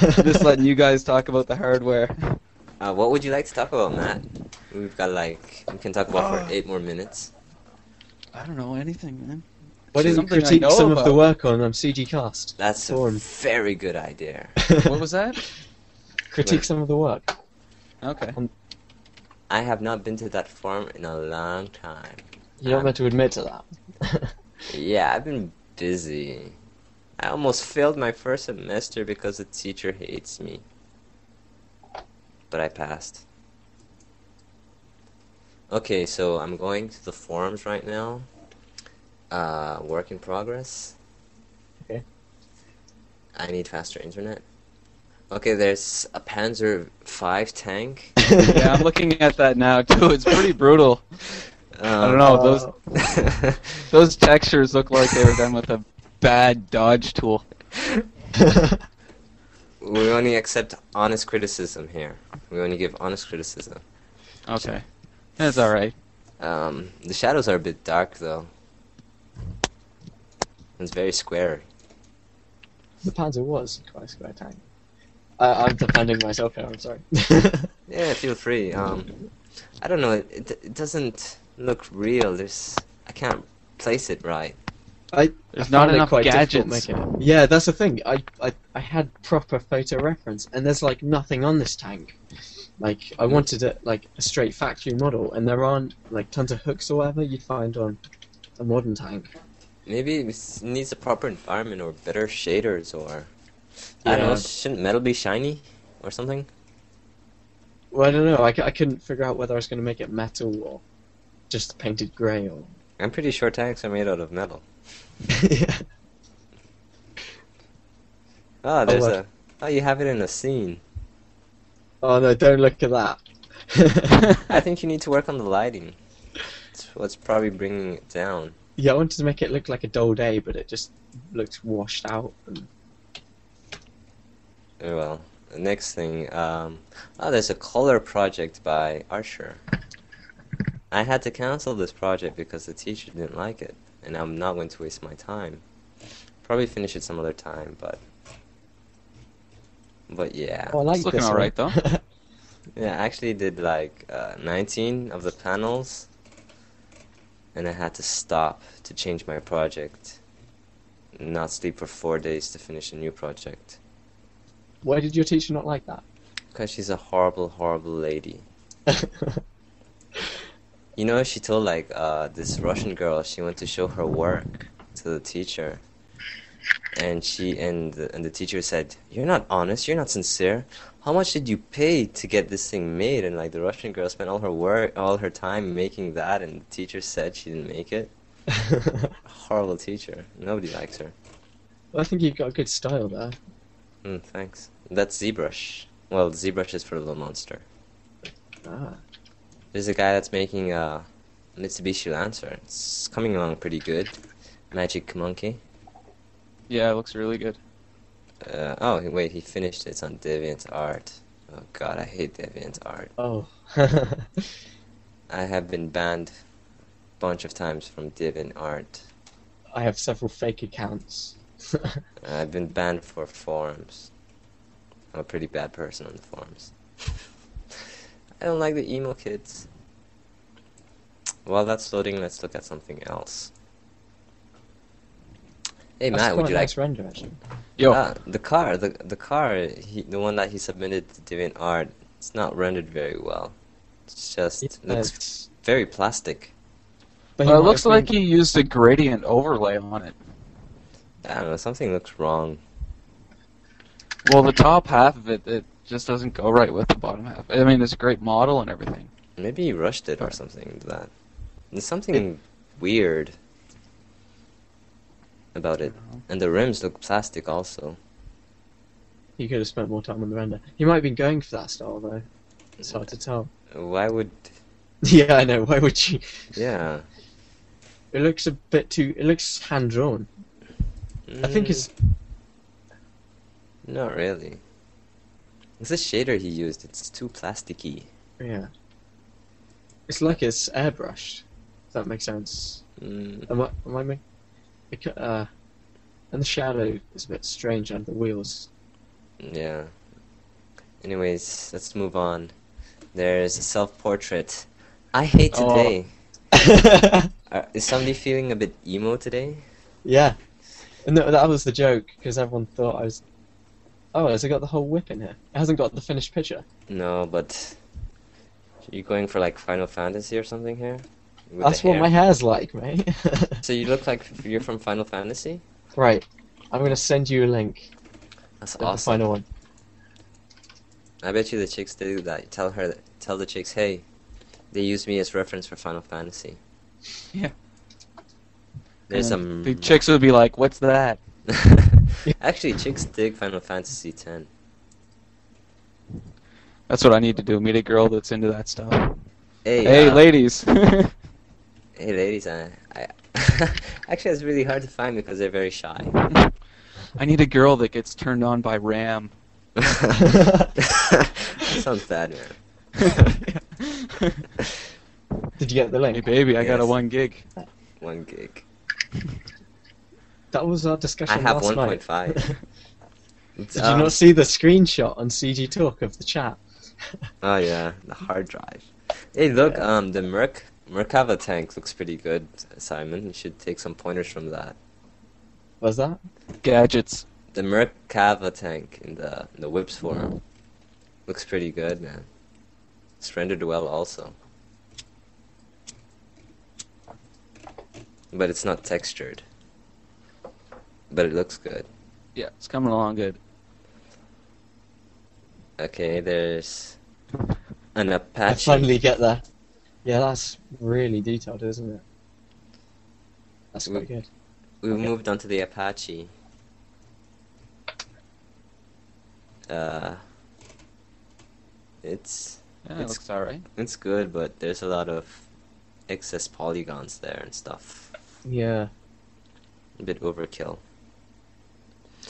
Speaker 2: just letting you guys talk about the hardware.
Speaker 1: Uh, what would you like to talk about, Matt? We've got like we can talk about for eight more minutes.
Speaker 2: I don't know anything, man.
Speaker 3: Why didn't you
Speaker 2: Something I
Speaker 3: critique
Speaker 2: know
Speaker 3: some of the
Speaker 2: about.
Speaker 3: work on um, CG Cast?
Speaker 1: That's a
Speaker 3: Form.
Speaker 1: very good idea.
Speaker 2: What was that?
Speaker 3: critique some of the work.
Speaker 2: Okay.
Speaker 1: I have not been to that forum in a long time.
Speaker 3: You're not meant to admit to that.
Speaker 1: Yeah, I've been busy. I almost failed my first semester because the teacher hates me. But I passed. Okay, so I'm going to the forums right now. Uh, work in progress.
Speaker 3: Okay.
Speaker 1: I need faster internet. Okay, there's a Panzer V tank.
Speaker 2: Yeah, I'm looking at that now too. It's pretty brutal. I don't know. Those
Speaker 1: know.
Speaker 2: those textures look like they were done with a bad dodge tool.
Speaker 1: Um, We only accept honest criticism here. We only give honest criticism.
Speaker 2: Okay. That's all right.
Speaker 1: Um, the shadows are a bit dark though. It's very square.
Speaker 3: the Panzer was quite a square tank. I I'm defending myself here. I'm sorry.
Speaker 1: Yeah, feel free. Um, I don't know. It, it it doesn't look real. There's I can't place it right.
Speaker 3: I
Speaker 2: There's not
Speaker 3: I found it
Speaker 2: enough
Speaker 3: quite difficult
Speaker 2: gadgets.
Speaker 3: making it. Yeah, that's the thing. I, I I had proper photo reference, and there's like nothing on this tank. Like
Speaker 2: Hmm.
Speaker 3: I wanted it like a straight factory model, and there aren't like tons of hooks or whatever you'd find on a modern tank.
Speaker 1: Maybe it s- needs a proper environment or better shaders or I don't know.
Speaker 3: Yeah.
Speaker 1: Shouldn't metal be shiny or something?
Speaker 3: Well, I don't know. I, c- I couldn't figure out whether I was going to make it metal or just painted grey or.
Speaker 1: I'm pretty sure tanks are made out of metal.
Speaker 3: yeah.
Speaker 1: Oh, there's
Speaker 3: what?
Speaker 1: a. Oh, you have it in a scene.
Speaker 3: Oh no! Don't look at that.
Speaker 1: I think you need to work on the lighting. It's what's probably bringing it down.
Speaker 3: yeah, I wanted to make it look like a dull day, but it just looks washed out. And...
Speaker 1: Oh, well, the next thing. Um, oh, there's a color project by Archer. I had to cancel this project because the teacher didn't like it, and I'm not going to waste my time. Probably finish it some other time, but. But yeah.
Speaker 3: Oh, I like
Speaker 2: It's looking
Speaker 3: this one.
Speaker 2: alright, though.
Speaker 1: Yeah, I actually did like uh, 19 of the panels, and I had to stop to change my project. Not sleep for four days to finish a new project.
Speaker 3: Why did your teacher not like that?
Speaker 1: Because she's a horrible, horrible lady. You know, she told like uh, this Russian girl she went to show her work to the teacher, and she and the, and the teacher said, "You're not honest. You're not sincere. How much did you pay to get this thing made?" And like the Russian girl spent all her work, all her time making that, and the teacher said she didn't make it. Horrible teacher. Nobody likes her.
Speaker 3: Well, I think you've got a good style there.
Speaker 1: Mm, thanks. That's ZBrush. Well, ZBrush is for Little Monster.
Speaker 3: Ah.
Speaker 1: There's a guy that's making a Mitsubishi Lancer. It's coming along pretty good. Magic Monkey.
Speaker 2: Yeah, it looks really good.
Speaker 1: Uh, oh he- wait, he finished it. It's on DeviantArt. Oh god, I hate DeviantArt.
Speaker 3: Oh.
Speaker 1: I have been banned a bunch of times from DeviantArt.
Speaker 3: I have several fake accounts.
Speaker 1: Uh, I've been banned for forums. I'm a pretty bad person on the forums. I don't like the emo kids. While that's loading, let's look at something else. Hey
Speaker 3: That's
Speaker 1: Matt, would
Speaker 3: quite
Speaker 1: you
Speaker 3: a
Speaker 1: like
Speaker 3: nice render actually.
Speaker 2: Yo,
Speaker 1: Ah, the car, the the car, he, the one that he submitted to DeviantArt, it's not rendered very well. It's just looks
Speaker 3: Yes.
Speaker 1: very plastic.
Speaker 3: But he
Speaker 2: well, uh, it
Speaker 3: might
Speaker 2: looks
Speaker 3: have
Speaker 2: like
Speaker 3: been-
Speaker 2: he used a gradient overlay on it.
Speaker 1: I don't know, something looks wrong.
Speaker 2: Well, the top half of it, it just doesn't go right with the bottom half. I mean, it's a great model and everything.
Speaker 1: Maybe he rushed it or something. to That there's something weird about it, and the rims look plastic also.
Speaker 3: he could have spent more time on the render. He might have been going for that style though. It's hard to tell.
Speaker 1: Why would?
Speaker 3: Yeah, I know. Why would you?
Speaker 1: Yeah,
Speaker 3: It looks a bit too. It looks hand drawn. I think
Speaker 1: Mm,
Speaker 3: it's.
Speaker 1: not really. It's the shader he used. It's too plasticky.
Speaker 3: Yeah. It's like it's airbrushed. If that makes sense.
Speaker 1: Mm,
Speaker 3: Am I? Am I? ma- it ca- Uh, and the shadow is a bit strange under the wheels.
Speaker 1: Yeah. Anyways, let's move on. There's a self portrait. I hate
Speaker 2: Oh.
Speaker 1: today. Are, is somebody feeling a bit emo today?
Speaker 3: yeah. And that, that was the joke because everyone thought I was. Oh, has it got the whole whip in here? It hasn't got the finished picture.
Speaker 1: No, but you going for like Final Fantasy or something here? With the
Speaker 3: That's what
Speaker 1: hair?
Speaker 3: my hair's like, mate.
Speaker 1: So you look like you're from Final Fantasy?
Speaker 3: right. I'm gonna send you a link.
Speaker 1: That's
Speaker 3: of The
Speaker 1: awesome.
Speaker 3: final one.
Speaker 1: I bet you the chicks do that. Tell her, tell the chicks, hey, they use me as reference for Final Fantasy.
Speaker 2: Yeah.
Speaker 1: There's
Speaker 2: And
Speaker 1: some
Speaker 2: The chicks would be like, "What's that?"
Speaker 1: Actually, chicks dig Final Fantasy X.
Speaker 2: That's what I need to do. Meet a girl that's into that stuff.
Speaker 1: Hey,
Speaker 2: Hey,
Speaker 1: uh,
Speaker 2: ladies.
Speaker 1: Hey, ladies, I, I actually it's really hard to find because they're very shy.
Speaker 2: I need a girl that gets turned on by RAM.
Speaker 1: sounds bad, man.
Speaker 2: hey,
Speaker 3: Did you get the link?
Speaker 2: baby, I got a
Speaker 1: Yes.
Speaker 2: one gig.
Speaker 1: One gig.
Speaker 3: That was our
Speaker 1: I
Speaker 3: discussion
Speaker 1: have
Speaker 3: last night.
Speaker 1: 1.5.
Speaker 3: Did you
Speaker 1: Um,
Speaker 3: not see the screenshot on CG Talk of the chat?
Speaker 1: Oh yeah, the hard drive. Hey, look, um, the Merc Merkava tank looks pretty good, Simon. You should take some pointers from that.
Speaker 3: Was that?
Speaker 2: Gadgets.
Speaker 1: The Merkava tank in the in the Whips forum looks pretty good, man. It's rendered well also, but it's not textured. But it looks good.
Speaker 2: Yeah, it's coming along good.
Speaker 1: Okay, there's an
Speaker 3: I
Speaker 1: Apache.
Speaker 3: finally get there. Yeah, that's really detailed, isn't it? That's
Speaker 1: We-
Speaker 3: quite good.
Speaker 1: We moved on to the Apache. Uh, it's
Speaker 2: Yeah, it
Speaker 1: It's-
Speaker 2: looks alright.
Speaker 1: it's good, but there's a lot of excess polygons there and stuff.
Speaker 3: Yeah,
Speaker 1: A bit overkill.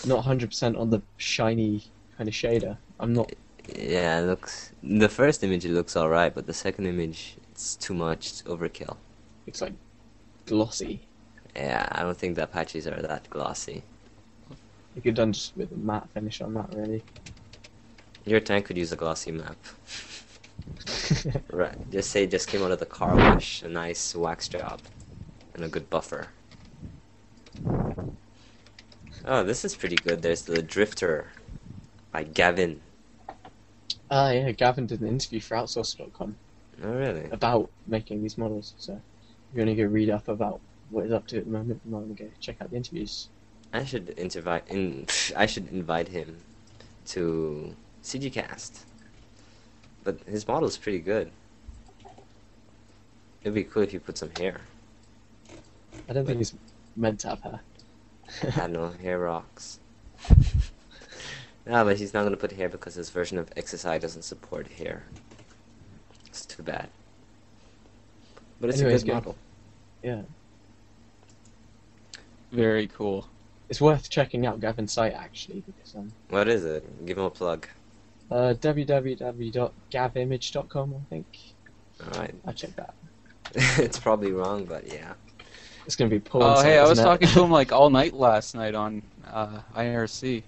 Speaker 3: not 100% on the shiny kind of shader. I'm not.
Speaker 1: Yeah, it looks. The first image it looks alright, but the second image it's too much. It's overkill.
Speaker 3: It's like glossy.
Speaker 1: Yeah, I don't think the Apaches are that glossy.
Speaker 3: You could have done just with a matte finish on that, really.
Speaker 1: Your tank could use a glossy map. Right. Just say it just came out of the car wash, a nice wax job, and a good buffer. Oh, this is pretty good. There's the Drifter by Gavin.
Speaker 3: Ah, yeah, Gavin did an interview for outsource.com
Speaker 1: Oh, really?
Speaker 3: about making these models. So if you want to go read up about what he's up to at the moment, you might want to go check out the interviews.
Speaker 1: I should invite. In, I should invite him to CGCast. But his model's pretty good. It'd be cool if you put some hair.
Speaker 3: I don't think he's meant to have hair.
Speaker 1: I know, hair rocks. no, but he's not gonna put hair because his version of XSI doesn't support hair. It's too bad. But it's
Speaker 3: Anyway,
Speaker 1: a
Speaker 3: it's
Speaker 1: good
Speaker 3: good.
Speaker 1: model.
Speaker 3: Yeah.
Speaker 2: Very cool.
Speaker 3: It's worth checking out Gavin's site, actually, because um,
Speaker 1: What is it? Give him a plug.
Speaker 3: uh, www.gavimage.com, I think.
Speaker 1: Alright.
Speaker 3: I checked that.
Speaker 1: it's probably wrong, but yeah.
Speaker 3: It's going to be porn.
Speaker 2: Oh,
Speaker 3: site,
Speaker 2: hey, I was
Speaker 3: isn't it?
Speaker 2: talking to him like all night last night on uh, IRC.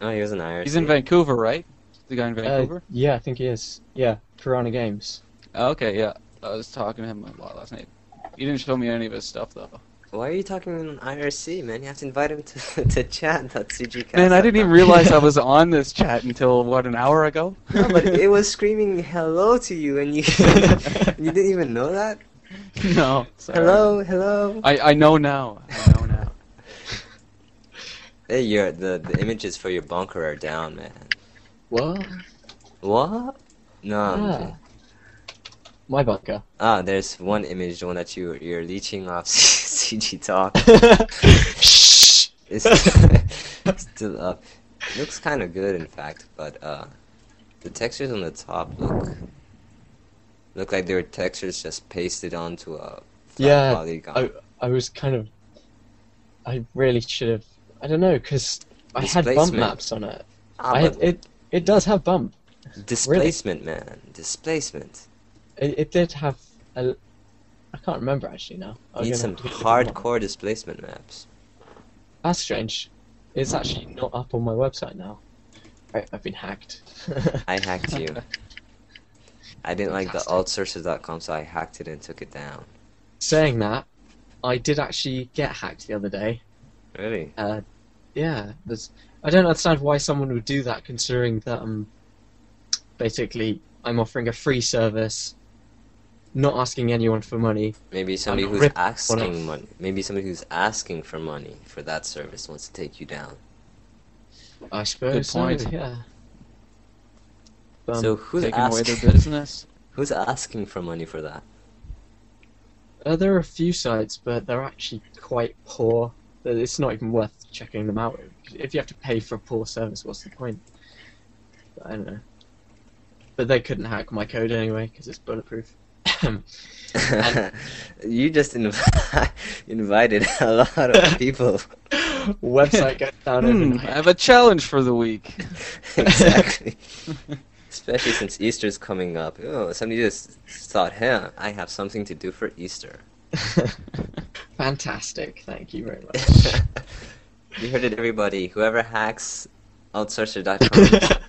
Speaker 1: Oh, he was an IRC.
Speaker 2: He's in Vancouver, right? The guy in
Speaker 3: Uh,
Speaker 2: Vancouver.
Speaker 3: yeah, I think he is. Yeah, Piranha Games.
Speaker 2: okay, yeah. I was talking to him a lot last night. He didn't show me any of his stuff though.
Speaker 1: Why are you talking in IRC, man? You have to invite him to, to chat. That CGCast.
Speaker 2: Man, I didn't even realize I was on this chat until what an hour ago.
Speaker 1: No, but it was screaming hello to you, and you and you didn't even know that.
Speaker 2: no, sorry.
Speaker 1: Hello, hello.
Speaker 2: I, I know now. I know now.
Speaker 1: Hey, your the the images for your bunker are down, man.
Speaker 3: What?
Speaker 1: What? No. I'm
Speaker 3: Ah.
Speaker 1: kidding.
Speaker 3: My bunker.
Speaker 1: Ah, there's one image, the one that you you're leeching off CG Talk. It's it's still up. It looks kind of good, in fact, but uh, the textures on the top look look like they were textures just pasted onto a flat
Speaker 3: Yeah,
Speaker 1: polygon.
Speaker 3: I, I was kind of. I really should have. I don't know because I had bump
Speaker 1: Displacement.
Speaker 3: maps on it.
Speaker 1: Ah,
Speaker 3: I had,
Speaker 1: but
Speaker 3: it it does have bump.
Speaker 1: displacement, man, displacement.
Speaker 3: It, it did have. A, I can't remember actually now. I was
Speaker 1: Need
Speaker 3: gonna
Speaker 1: some
Speaker 3: have to look at the bump.
Speaker 1: hardcore displacement maps.
Speaker 3: That's strange. It's actually not up on my website now. I, I've been hacked.
Speaker 1: I hacked you. I didn't like the
Speaker 3: Fantastic.
Speaker 1: altsources.com, so I hacked it and took it down.
Speaker 3: Saying that, I did actually get hacked the other day.
Speaker 1: Really?
Speaker 3: uh, yeah, there's, I don't understand why someone would do that, considering that um, basically I'm offering a free service, not asking anyone for money.
Speaker 1: Maybe somebody
Speaker 3: I'm
Speaker 1: who's
Speaker 3: ripped one
Speaker 1: asking
Speaker 3: off.
Speaker 1: money. Maybe somebody who's asking for money for that service wants to take you down.
Speaker 3: I suppose.
Speaker 2: Good point.
Speaker 3: so, yeah. Um,
Speaker 1: so who's
Speaker 2: Taking away
Speaker 1: asking?
Speaker 2: their business.
Speaker 1: Who's asking for money for that?
Speaker 3: uh, there are a few sites, but they're actually quite poor. that It's not even worth checking them out. If you have to pay for a poor service, what's the point? I don't know. But they couldn't hack my code anyway because it's bulletproof.
Speaker 1: you just inv- invited a lot of people.
Speaker 3: Website goes down
Speaker 2: Hmm,
Speaker 3: overnight.
Speaker 2: I have a challenge for the week.
Speaker 1: exactly. Especially since Easter's coming up. Oh, somebody just thought, "Huh, I have something to do for Easter."
Speaker 3: Fantastic. Thank you very much.
Speaker 1: you heard it, everybody. Whoever hacks outsourcer.com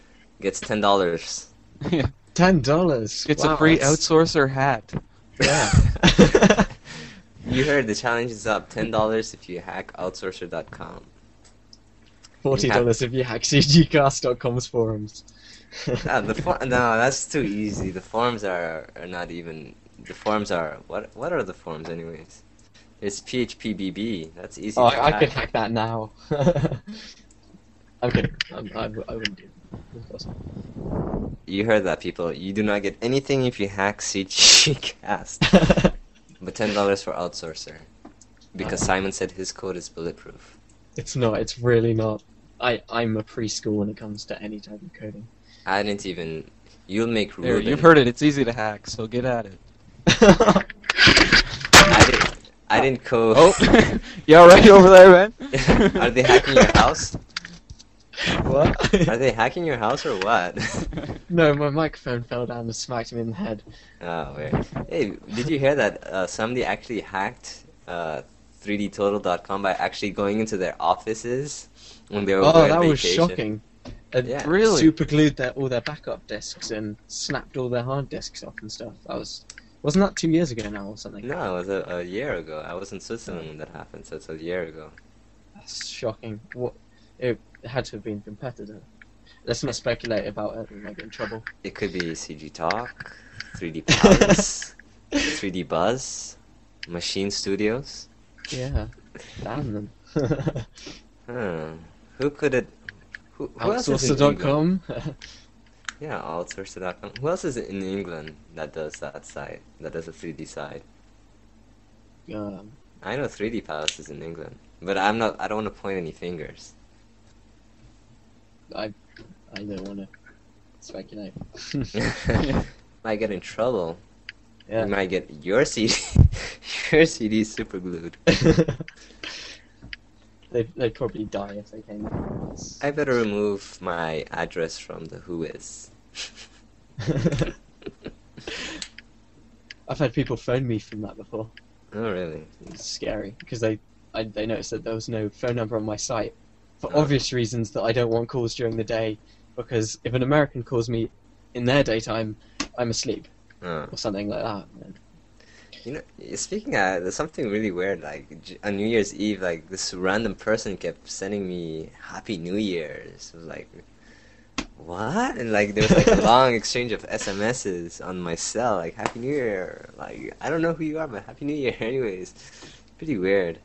Speaker 1: gets ten dollars.
Speaker 2: Yeah.
Speaker 3: Ten dollars.
Speaker 2: It's a free outsourcer hat.
Speaker 3: Yeah.
Speaker 1: You heard the challenge is up. Ten dollars if you hack outsourcer.com.
Speaker 3: Forty dollars if you hack cgcast.com's forums.
Speaker 1: Ah, the for- no, that's too easy. The forms are are not even. The forms are what? What are the forms, anyways? It's PHPBB. That's easy.
Speaker 3: oh,
Speaker 1: to
Speaker 3: I, I could
Speaker 1: hack.
Speaker 3: hack that now. I'm kidding. I'm, I, w- I wouldn't do. That.
Speaker 1: You heard that, people. You do not get anything if you hack CGCast. But ten dollars for outsourcer, because Simon said his code is bulletproof.
Speaker 3: It's not. It's really not. I I'm a preschool when it comes to any type of coding.
Speaker 1: I didn't even. You'll make
Speaker 2: There,
Speaker 1: Ruben.
Speaker 2: you've heard it. It's easy to hack, so get at it.
Speaker 1: I didn't. I didn't code.
Speaker 2: Oh, yeah, right over there, man.
Speaker 1: Are they hacking your house? Are
Speaker 3: what?
Speaker 1: they hacking your house or what?
Speaker 3: no, my microphone fell down and smacked me in the head.
Speaker 1: oh, weird. Hey, did you hear that? Uh, somebody actually hacked uh, 3dtotal.com by actually going into their offices when they were
Speaker 3: Oh,
Speaker 1: away on
Speaker 3: that was
Speaker 1: vacation.
Speaker 3: shocking. And
Speaker 1: Yeah.
Speaker 2: Really?
Speaker 3: super glued their, all their backup discs and snapped all their hard disks off and stuff. That was wasn't that two years ago now or something?
Speaker 1: No, it was a, a year ago. I was in Switzerland when that happened, so it's a year ago.
Speaker 3: That's shocking. What it had to have been competitor. Let's not speculate about it. We might get in trouble.
Speaker 1: It could be CG Talk, 3D Palace, 3D Buzz, Machine Studios.
Speaker 3: Yeah. Damn them.
Speaker 1: Hmm. Who could it? Who, who else is in England?
Speaker 3: Outsourcer.com.
Speaker 1: Yeah, outsourcer.com. Who else is in England that does that side? That does a 3D side?
Speaker 3: um,
Speaker 1: I know 3D Palace is in England, but I'm not. I don't want to point any fingers.
Speaker 3: I don't want to speculate.
Speaker 1: might get in trouble.
Speaker 3: Yeah.
Speaker 1: You might get your CD, your CD superglued.
Speaker 3: they they'd probably die if they came.
Speaker 1: I better remove my address from the Who is.
Speaker 3: I've had people phone me from that before.
Speaker 1: Oh really?
Speaker 3: It's scary because they I, they noticed that there was no phone number on my site for
Speaker 1: Oh.
Speaker 3: obvious reasons that I don't want calls during the day because if an American calls me in their daytime, I'm asleep
Speaker 1: Oh.
Speaker 3: or something like that. And
Speaker 1: You know, speaking of, there's something really weird. Like j- on New Year's Eve, like this random person kept sending me "Happy New Year's." It was like, what? And like there was like a long exchange of SMSs on my cell, like "Happy New Year." Like I don't know who you are, but Happy New Year, anyways. Pretty weird.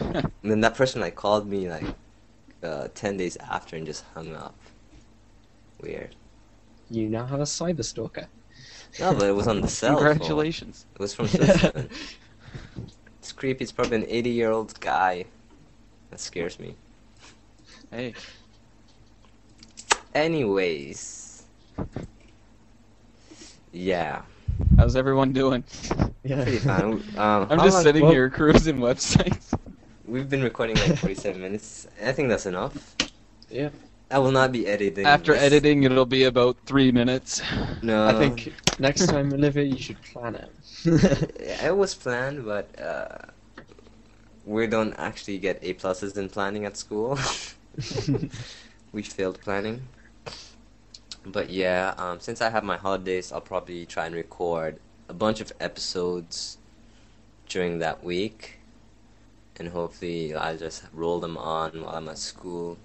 Speaker 1: And then that person like called me like uh, ten days after and just hung up. Weird.
Speaker 3: you now have a cyber stalker.
Speaker 1: No, but it was on the cell. phone.
Speaker 2: Congratulations.
Speaker 1: It was from Switzerland. It's creepy. It's probably an 80 year old guy. That scares me.
Speaker 2: Hey,
Speaker 1: Anyways. Yeah.
Speaker 2: how's everyone doing?
Speaker 3: Yeah.
Speaker 1: Pretty fun. Um, how
Speaker 2: I'm just
Speaker 1: long-
Speaker 2: sitting
Speaker 3: well-
Speaker 2: here cruising websites.
Speaker 1: We've been recording like 47 minutes. I think that's enough.
Speaker 3: Yeah.
Speaker 1: I will not be editing.
Speaker 2: After
Speaker 1: this.
Speaker 2: editing, it'll be about three minutes.
Speaker 1: No.
Speaker 3: I think next time, Olivia, you should plan it.
Speaker 1: It was planned, but uh, we don't actually get A pluses in planning at school. we failed planning. But yeah, um, since I have my holidays, I'll probably try and record a bunch of episodes during that week. And hopefully, I'll just roll them on while I'm at school.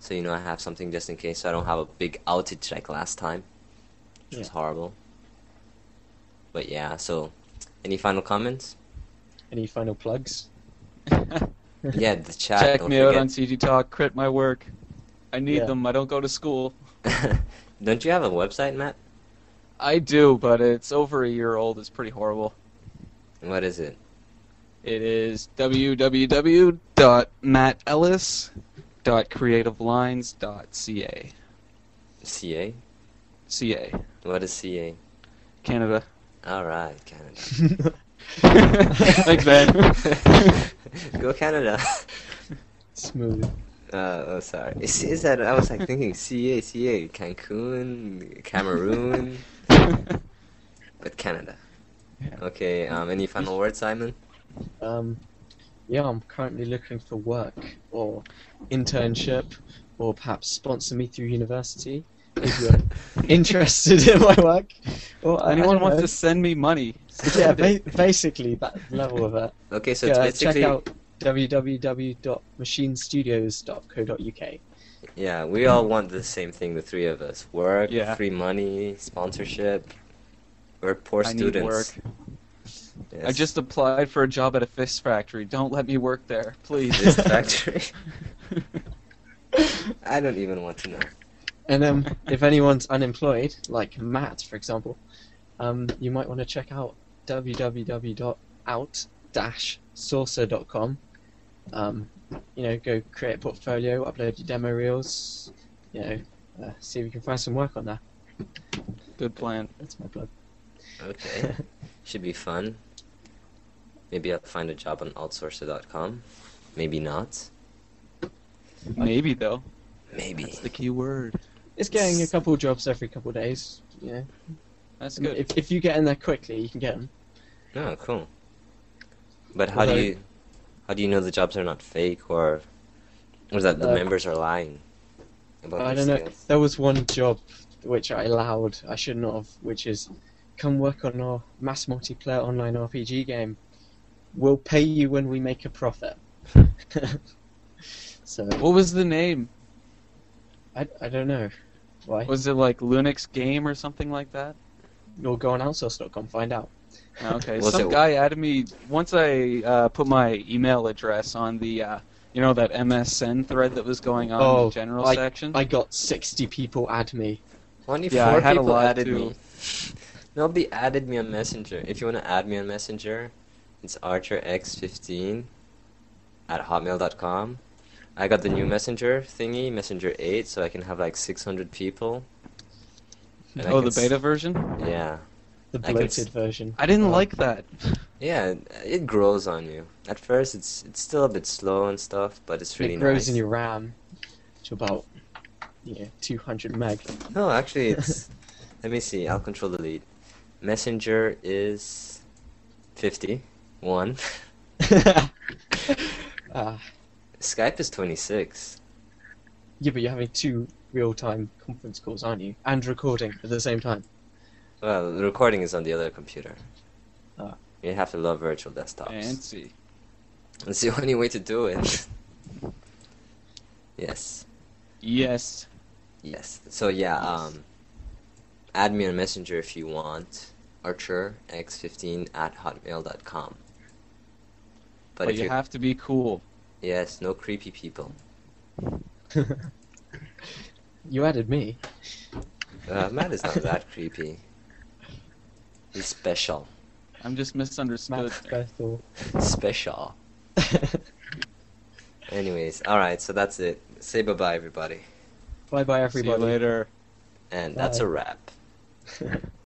Speaker 1: So, you know, I have something just in case so I don't have a big outage like last time, which was
Speaker 3: Yeah.
Speaker 1: horrible. But yeah, so any final comments?
Speaker 3: Any final plugs?
Speaker 1: Yeah, the chat.
Speaker 2: Check
Speaker 1: don't
Speaker 2: me out
Speaker 1: forget.
Speaker 2: on CG Talk. Crit my work. I need
Speaker 3: Yeah.
Speaker 2: them. I don't go to school.
Speaker 1: Don't you have a website, Matt?
Speaker 2: I do, but it's over a year old. It's pretty horrible.
Speaker 1: What is it?
Speaker 2: It is www.mattellis.creativelines.ca.
Speaker 1: CA?
Speaker 2: CA.
Speaker 1: What is CA?
Speaker 2: Canada.
Speaker 1: All right, Canada.
Speaker 2: Thanks, man.
Speaker 1: Go Canada.
Speaker 3: Smooth.
Speaker 1: Uh, oh, sorry. Is, is that I was like thinking CA, CA, Cancun, Cameroon, but Canada. Okay. Um, any final words, Simon?
Speaker 3: Um, yeah, I'm currently looking for work or internship or perhaps sponsor me through university if you're interested in my work. Or I
Speaker 2: Anyone
Speaker 3: don't
Speaker 2: wants
Speaker 3: know.
Speaker 2: to send me money?
Speaker 3: Yeah,
Speaker 2: send
Speaker 3: ba- basically that level of it.
Speaker 1: Okay, so
Speaker 3: yeah,
Speaker 1: it's basically
Speaker 3: check out www.machinestudios.co.uk.
Speaker 1: yeah. We all want the same thing, the three of us: work,
Speaker 2: Yeah.
Speaker 1: free money, sponsorship. We're poor
Speaker 2: I need
Speaker 1: students.
Speaker 2: work. I
Speaker 1: Yes.
Speaker 2: just applied for a job at a fist factory. Don't let me work there, please.
Speaker 1: this factory. I don't even want to know.
Speaker 3: And um, if anyone's unemployed, like Matt, for example, um, you might want to check out www.out-saucer.com. Um, you know, go create a portfolio, upload your demo reels, you know, uh, see if you can find some work on there.
Speaker 2: Good plan.
Speaker 3: That's my plug.
Speaker 1: Okay. Should be fun. Maybe I'll find a job on outsourcer.com. Maybe not.
Speaker 2: Maybe though.
Speaker 1: Maybe.
Speaker 2: That's the key word.
Speaker 3: It's getting a couple jobs every couple days. You know,
Speaker 2: That's
Speaker 3: And
Speaker 2: good.
Speaker 3: If, if you get in there quickly, you can get them.
Speaker 1: Oh, cool. But how
Speaker 3: Although-
Speaker 1: do you how do you know the jobs are not fake or or that the
Speaker 3: Uh,
Speaker 1: members are lying about their
Speaker 3: I don't know.
Speaker 1: skills?
Speaker 3: There was one job which I allowed, I should not have, which is come work on our mass multiplayer online RPG game. We'll pay you when we make a profit. so
Speaker 2: what was the name?
Speaker 3: I, I don't know why.
Speaker 2: Was it like Linux Game or something like that?
Speaker 3: Or go on outsource.com, find out.
Speaker 2: Okay,
Speaker 1: Was
Speaker 2: some
Speaker 1: it-
Speaker 2: guy added me once I uh, put my email address on the uh, you know that MSN thread that was going on in
Speaker 3: Oh,
Speaker 2: the general section.
Speaker 3: I got 60 people add me.
Speaker 1: Only
Speaker 2: Yeah, I
Speaker 1: four
Speaker 2: had a
Speaker 1: people
Speaker 2: lot
Speaker 1: added
Speaker 2: too.
Speaker 1: me. Nobody added me on Messenger. If you want to add me on Messenger, it's archerx15 at hotmail.com. I got the new Messenger thingy, Messenger 8, so I can have like 600 people. And I
Speaker 2: oh,
Speaker 1: can
Speaker 2: the
Speaker 1: s-
Speaker 2: beta version.
Speaker 1: Yeah.
Speaker 3: The
Speaker 1: I could s-
Speaker 3: bloated version.
Speaker 2: I didn't
Speaker 3: Oh.
Speaker 2: like that.
Speaker 1: Yeah, it grows on you. At first, it's it's still a bit slow and stuff, but it's really
Speaker 3: it grows
Speaker 1: nice.
Speaker 3: in your RAM to about yeah 200 meg.
Speaker 1: No, actually, it's. let me see. I'll control delete. Messenger is fifty one.
Speaker 3: Ah,
Speaker 1: Skype is twenty six.
Speaker 3: yeah, but you're having two real-time conference calls, aren't you? And recording at the same time.
Speaker 1: Well, the recording is on the other computer.
Speaker 3: Ah.
Speaker 1: You have to love virtual desktops.
Speaker 2: Fancy.
Speaker 1: It's the only way to do it. yes.
Speaker 2: Yes.
Speaker 1: Yes. So yeah, um, add me on Messenger if you want. ArcherX15 at hotmail.com.
Speaker 2: But,
Speaker 1: But if
Speaker 2: you
Speaker 1: you
Speaker 2: have to be cool.
Speaker 1: yes, no creepy people.
Speaker 3: You added me.
Speaker 1: Uh, Matt is not that creepy. He's special.
Speaker 2: I'm just misunderstood.
Speaker 3: Matt Bethel.
Speaker 1: Special. Anyways, alright, so that's it. Say bye bye, everybody.
Speaker 3: Bye bye
Speaker 2: See you
Speaker 3: everybody.
Speaker 2: later.
Speaker 1: And that's
Speaker 3: Bye.
Speaker 1: a wrap.